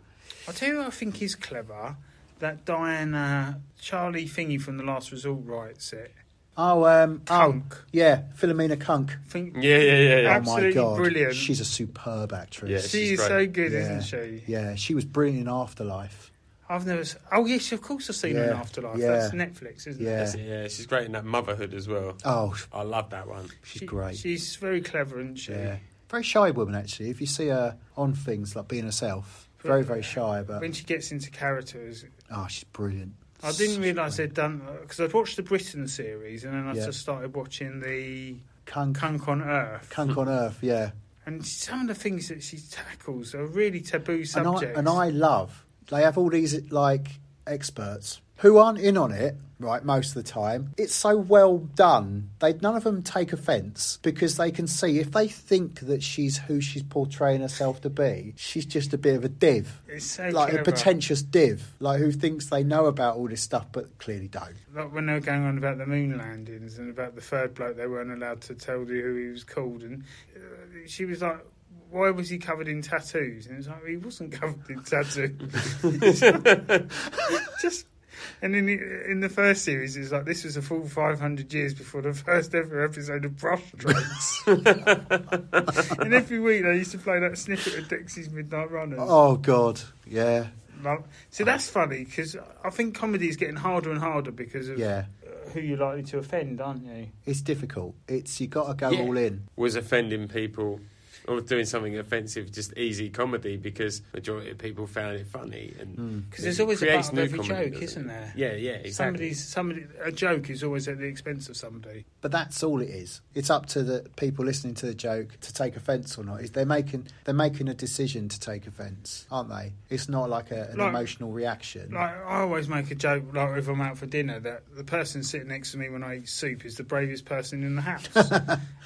Speaker 2: I'll tell you what I think is clever that Diana Charlie thingy from The Last Resort writes it.
Speaker 1: Oh, um, oh,
Speaker 2: Punk.
Speaker 1: yeah, Philomena Kunk.
Speaker 2: Think
Speaker 3: Yeah, yeah, yeah.
Speaker 1: Oh
Speaker 3: yeah.
Speaker 1: my
Speaker 2: Absolutely
Speaker 1: god,
Speaker 2: brilliant.
Speaker 1: She's a superb actress.
Speaker 2: she
Speaker 3: she's
Speaker 2: is
Speaker 3: great.
Speaker 2: so good,
Speaker 1: Yeah.
Speaker 2: isn't she?
Speaker 1: Yeah, she was brilliant in Afterlife.
Speaker 2: I've never. s- Oh yes, of course I've seen her in
Speaker 1: Yeah,
Speaker 2: Afterlife.
Speaker 1: yeah.
Speaker 2: That's Netflix, isn't it?
Speaker 1: Yeah.
Speaker 3: That's it, yeah, she's great in that motherhood as well.
Speaker 1: Oh,
Speaker 3: I love that one.
Speaker 1: she's
Speaker 2: She-
Speaker 1: great.
Speaker 2: She's very clever, isn't she?
Speaker 1: yeah, very shy woman actually. If you see her on things like being herself, very very shy, but
Speaker 2: When she gets into characters,
Speaker 1: oh, she's brilliant.
Speaker 2: I didn't
Speaker 1: Such
Speaker 2: realise
Speaker 1: great-
Speaker 2: they'd done because I'd watched the Britain series and then I
Speaker 1: Yeah.
Speaker 2: just started watching the
Speaker 1: Kunk,
Speaker 2: Kunk on Earth.
Speaker 1: Kunk on Earth. Yeah,
Speaker 2: And some of the things that she tackles are really taboo
Speaker 1: and I,
Speaker 2: subjects.
Speaker 1: and I love they have all these like experts who aren't in on it right most of the time it's so well done they none of them take offense because they can see if they think that she's who she's portraying herself to be she's just a bit of a div
Speaker 2: it's so
Speaker 1: like a
Speaker 2: clever.
Speaker 1: pretentious div like who thinks they know about all this stuff but clearly don't
Speaker 2: Like when they were going on about the moon landings and about the third bloke, they weren't allowed to tell you who he was called. And uh, she was like, "Why was he covered in tattoos?" And it's like he wasn't covered in tattoos. Just. And in the, in the first series, it's like this was a full 500 years before the first ever episode of Brush Strokes. and every week they used to play that snippet of Dixie's Midnight Runners.
Speaker 1: oh god yeah
Speaker 2: Like, See, that's funny because I think comedy is getting harder and harder because of
Speaker 1: yeah
Speaker 2: who you're likely to offend, aren't you?
Speaker 1: it's difficult it's you gotta go
Speaker 3: Yeah.
Speaker 1: all in
Speaker 3: Was offending people or doing something offensive just easy comedy because majority of people found it funny and
Speaker 1: Hmm.
Speaker 2: Because there's always a part
Speaker 3: creates
Speaker 2: of
Speaker 3: new
Speaker 2: every
Speaker 3: comedy,
Speaker 2: joke,
Speaker 3: doesn't it?
Speaker 2: isn't there?
Speaker 3: Yeah, yeah, exactly.
Speaker 2: Somebody's somebody a joke is always at the expense of somebody.
Speaker 1: But that's all it is. It's up to the people listening to the joke to take offence or not. Is they're making they're making a decision to take offence, aren't they? It's not like a, an
Speaker 2: Like-
Speaker 1: emotional reaction.
Speaker 2: Like I always make a joke, like if I'm out for dinner, that the person sitting next to me when I eat soup is the bravest person in the house.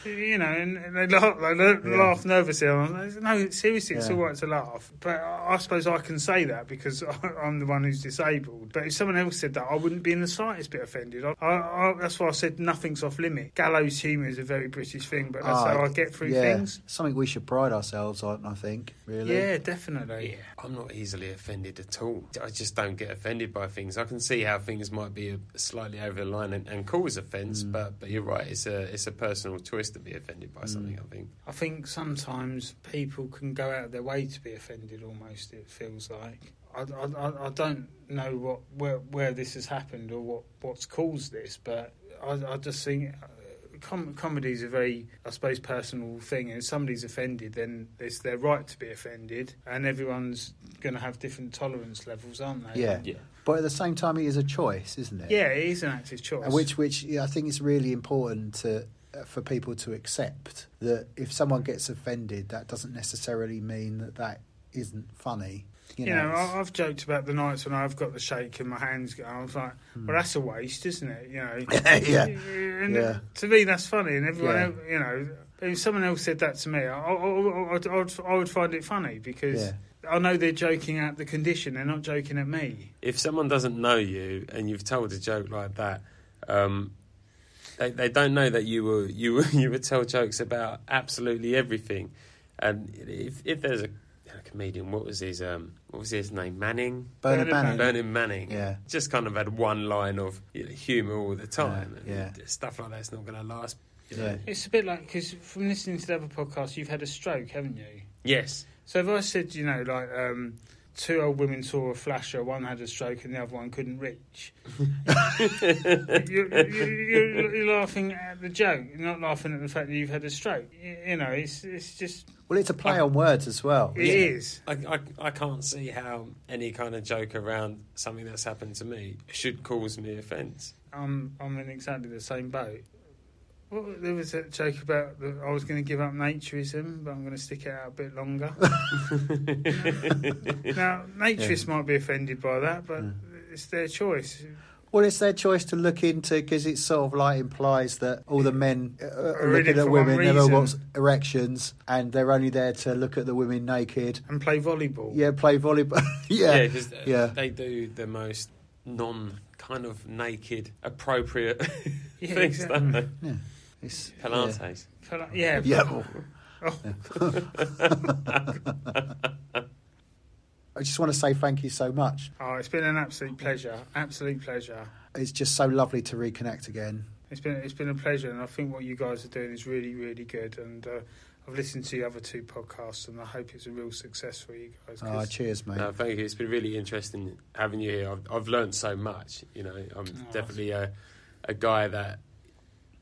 Speaker 2: you know, and, and they laugh, they la-
Speaker 1: Yeah.
Speaker 2: laugh nervously. I'm like, no, seriously, it's
Speaker 1: Yeah.
Speaker 2: all right to laugh. But I I suppose I can say that because I'm the one who's disabled. But if someone else said that, I wouldn't be in the slightest bit offended. I, I, I, that's why I said nothing's off limit. Gallows humour is a very British thing, but that's
Speaker 1: Ah,
Speaker 2: how I get through
Speaker 1: yeah,
Speaker 2: things.
Speaker 1: Something we should pride ourselves on, I think. Really.
Speaker 2: Yeah, definitely.
Speaker 3: Yeah, I'm not easily offended at all. I just don't get offended by things. I can see how things might be slightly over the line and, and cause offence, but but you're right. It's a it's a personal choice to be offended by something. I think.
Speaker 2: I think sometimes people can go out of their way to be offended. Almost, it feels like I, I- I- I don't know what where where this has happened or what what's caused this, but I, I just think. uh, Com- comedy is a very, I suppose, personal thing, and if somebody's offended, then it's their right to be offended, and everyone's going to have different tolerance levels, aren't they?
Speaker 1: Yeah.
Speaker 3: Yeah.
Speaker 1: But at the same time, it is a choice, isn't it?
Speaker 2: yeah, it is an active choice.
Speaker 1: And Which, which yeah, I think is really important to uh, for people to accept that if someone gets offended, that doesn't necessarily mean that that isn't funny. You,
Speaker 2: You know,
Speaker 1: it's-
Speaker 2: I I've joked about the nights when I've got the shake and my hands go. I was like, well, that's a waste, isn't it? You know.
Speaker 1: Hmm. Yeah.
Speaker 2: And
Speaker 1: Yeah.
Speaker 2: To me, that's funny, and everyone,
Speaker 1: Yeah.
Speaker 2: else, you know, if someone else said that to me, I, I, I, I'd- I'd- I would find it funny because I know they're joking at the condition, they're not joking at me.
Speaker 3: if someone doesn't know you and you've told a joke like that, um, they they don't know that you were you were, you would tell jokes about absolutely everything, and if if there's a, a comedian, what was his um what was his name Manning
Speaker 4: Bernard
Speaker 2: Bernard
Speaker 4: Bannon.
Speaker 3: Bernard Manning,
Speaker 4: Yeah.
Speaker 3: just kind of had one line of you know, humour all the time,
Speaker 4: yeah.
Speaker 3: and stuff like that's not going to last.
Speaker 4: Yeah.
Speaker 2: It's a bit like because from listening to the other podcast, you've had a stroke, haven't you?
Speaker 3: Yes,
Speaker 2: So if I said, you know, like um, two old women saw a flasher, one had a stroke and the other one couldn't reach, you're, you're, you're laughing at the joke, you're not laughing at the fact that you've had a stroke. You, you know, it's it's just
Speaker 4: Well, it's a play on words as well.
Speaker 2: it is.
Speaker 3: Yeah. I, I I can't see how any kind of joke around something that's happened to me should cause me offence.
Speaker 2: I'm I'm in exactly the same boat. Well, there was that joke about that I was going to give up naturism, but I'm going to stick it out a bit longer. now, naturists might be offended by that, but
Speaker 4: Yeah.
Speaker 2: it's their choice.
Speaker 4: Well, it's their choice to look into because it sort of like implies that all the men uh,
Speaker 2: Are
Speaker 4: are
Speaker 2: in it
Speaker 4: looking at
Speaker 2: for one
Speaker 4: women, they've all got
Speaker 2: reason.
Speaker 4: erections, and they're only there to look at the women naked.
Speaker 2: And play volleyball.
Speaker 4: Yeah, play volleyball.
Speaker 3: Yeah,
Speaker 4: yeah.
Speaker 3: 'cause th-
Speaker 4: yeah.
Speaker 3: they do the most non kind of naked appropriate
Speaker 2: Yeah,
Speaker 3: things, don't they?
Speaker 4: It's- yeah.
Speaker 3: Pilates.
Speaker 2: Fella- yeah.
Speaker 4: Yeah. well,
Speaker 2: Oh.
Speaker 4: I just want to say thank you so much.
Speaker 2: Oh, it's been an absolute pleasure. Absolute pleasure.
Speaker 4: It's just so lovely to reconnect again.
Speaker 2: It's been it's been a pleasure, and I think what you guys are doing is really really good. And uh, I've listened to the other two podcasts, and I hope it's a real success for you
Speaker 1: Ah,
Speaker 2: guys. 'cause-
Speaker 4: Oh, cheers, mate.
Speaker 3: No, Uh, thank you. It's been really interesting having you here. I've, I've learned so much. You know, I'm
Speaker 2: Oh.
Speaker 3: definitely a, a guy that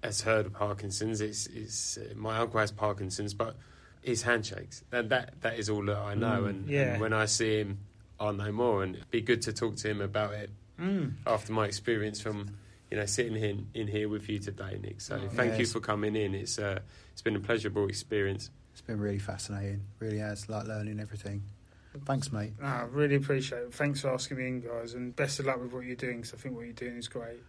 Speaker 3: has heard of Parkinson's. It's, it's uh, my uncle has Parkinson's, but his handshakes and that that is all that I know.
Speaker 4: Mm.
Speaker 3: and,
Speaker 2: Yeah.
Speaker 3: and when I see him, I'll know more. And it'd be good to talk to him about it
Speaker 2: Mm.
Speaker 3: after my experience from you know sitting in in here with you today, Nick. So
Speaker 2: Oh,
Speaker 3: thank you
Speaker 4: yes.
Speaker 3: for coming in. It's uh, it's been a pleasurable experience.
Speaker 4: It's been really fascinating. Really has, like learning everything. Thanks, mate.
Speaker 2: No, I ah, really appreciate it. Thanks for asking me in, guys, and best of luck with what you're doing. Because I think what you're doing is great.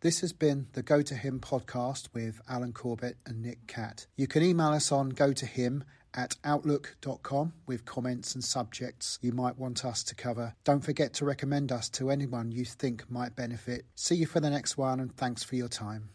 Speaker 1: This has been the Go to Him podcast with Alan Corbett and Nick Catt. You can email us on go to him at outlook.com with comments and subjects you might want us to cover. Don't forget to recommend us to anyone you think might benefit. See you for the next one and thanks for your time.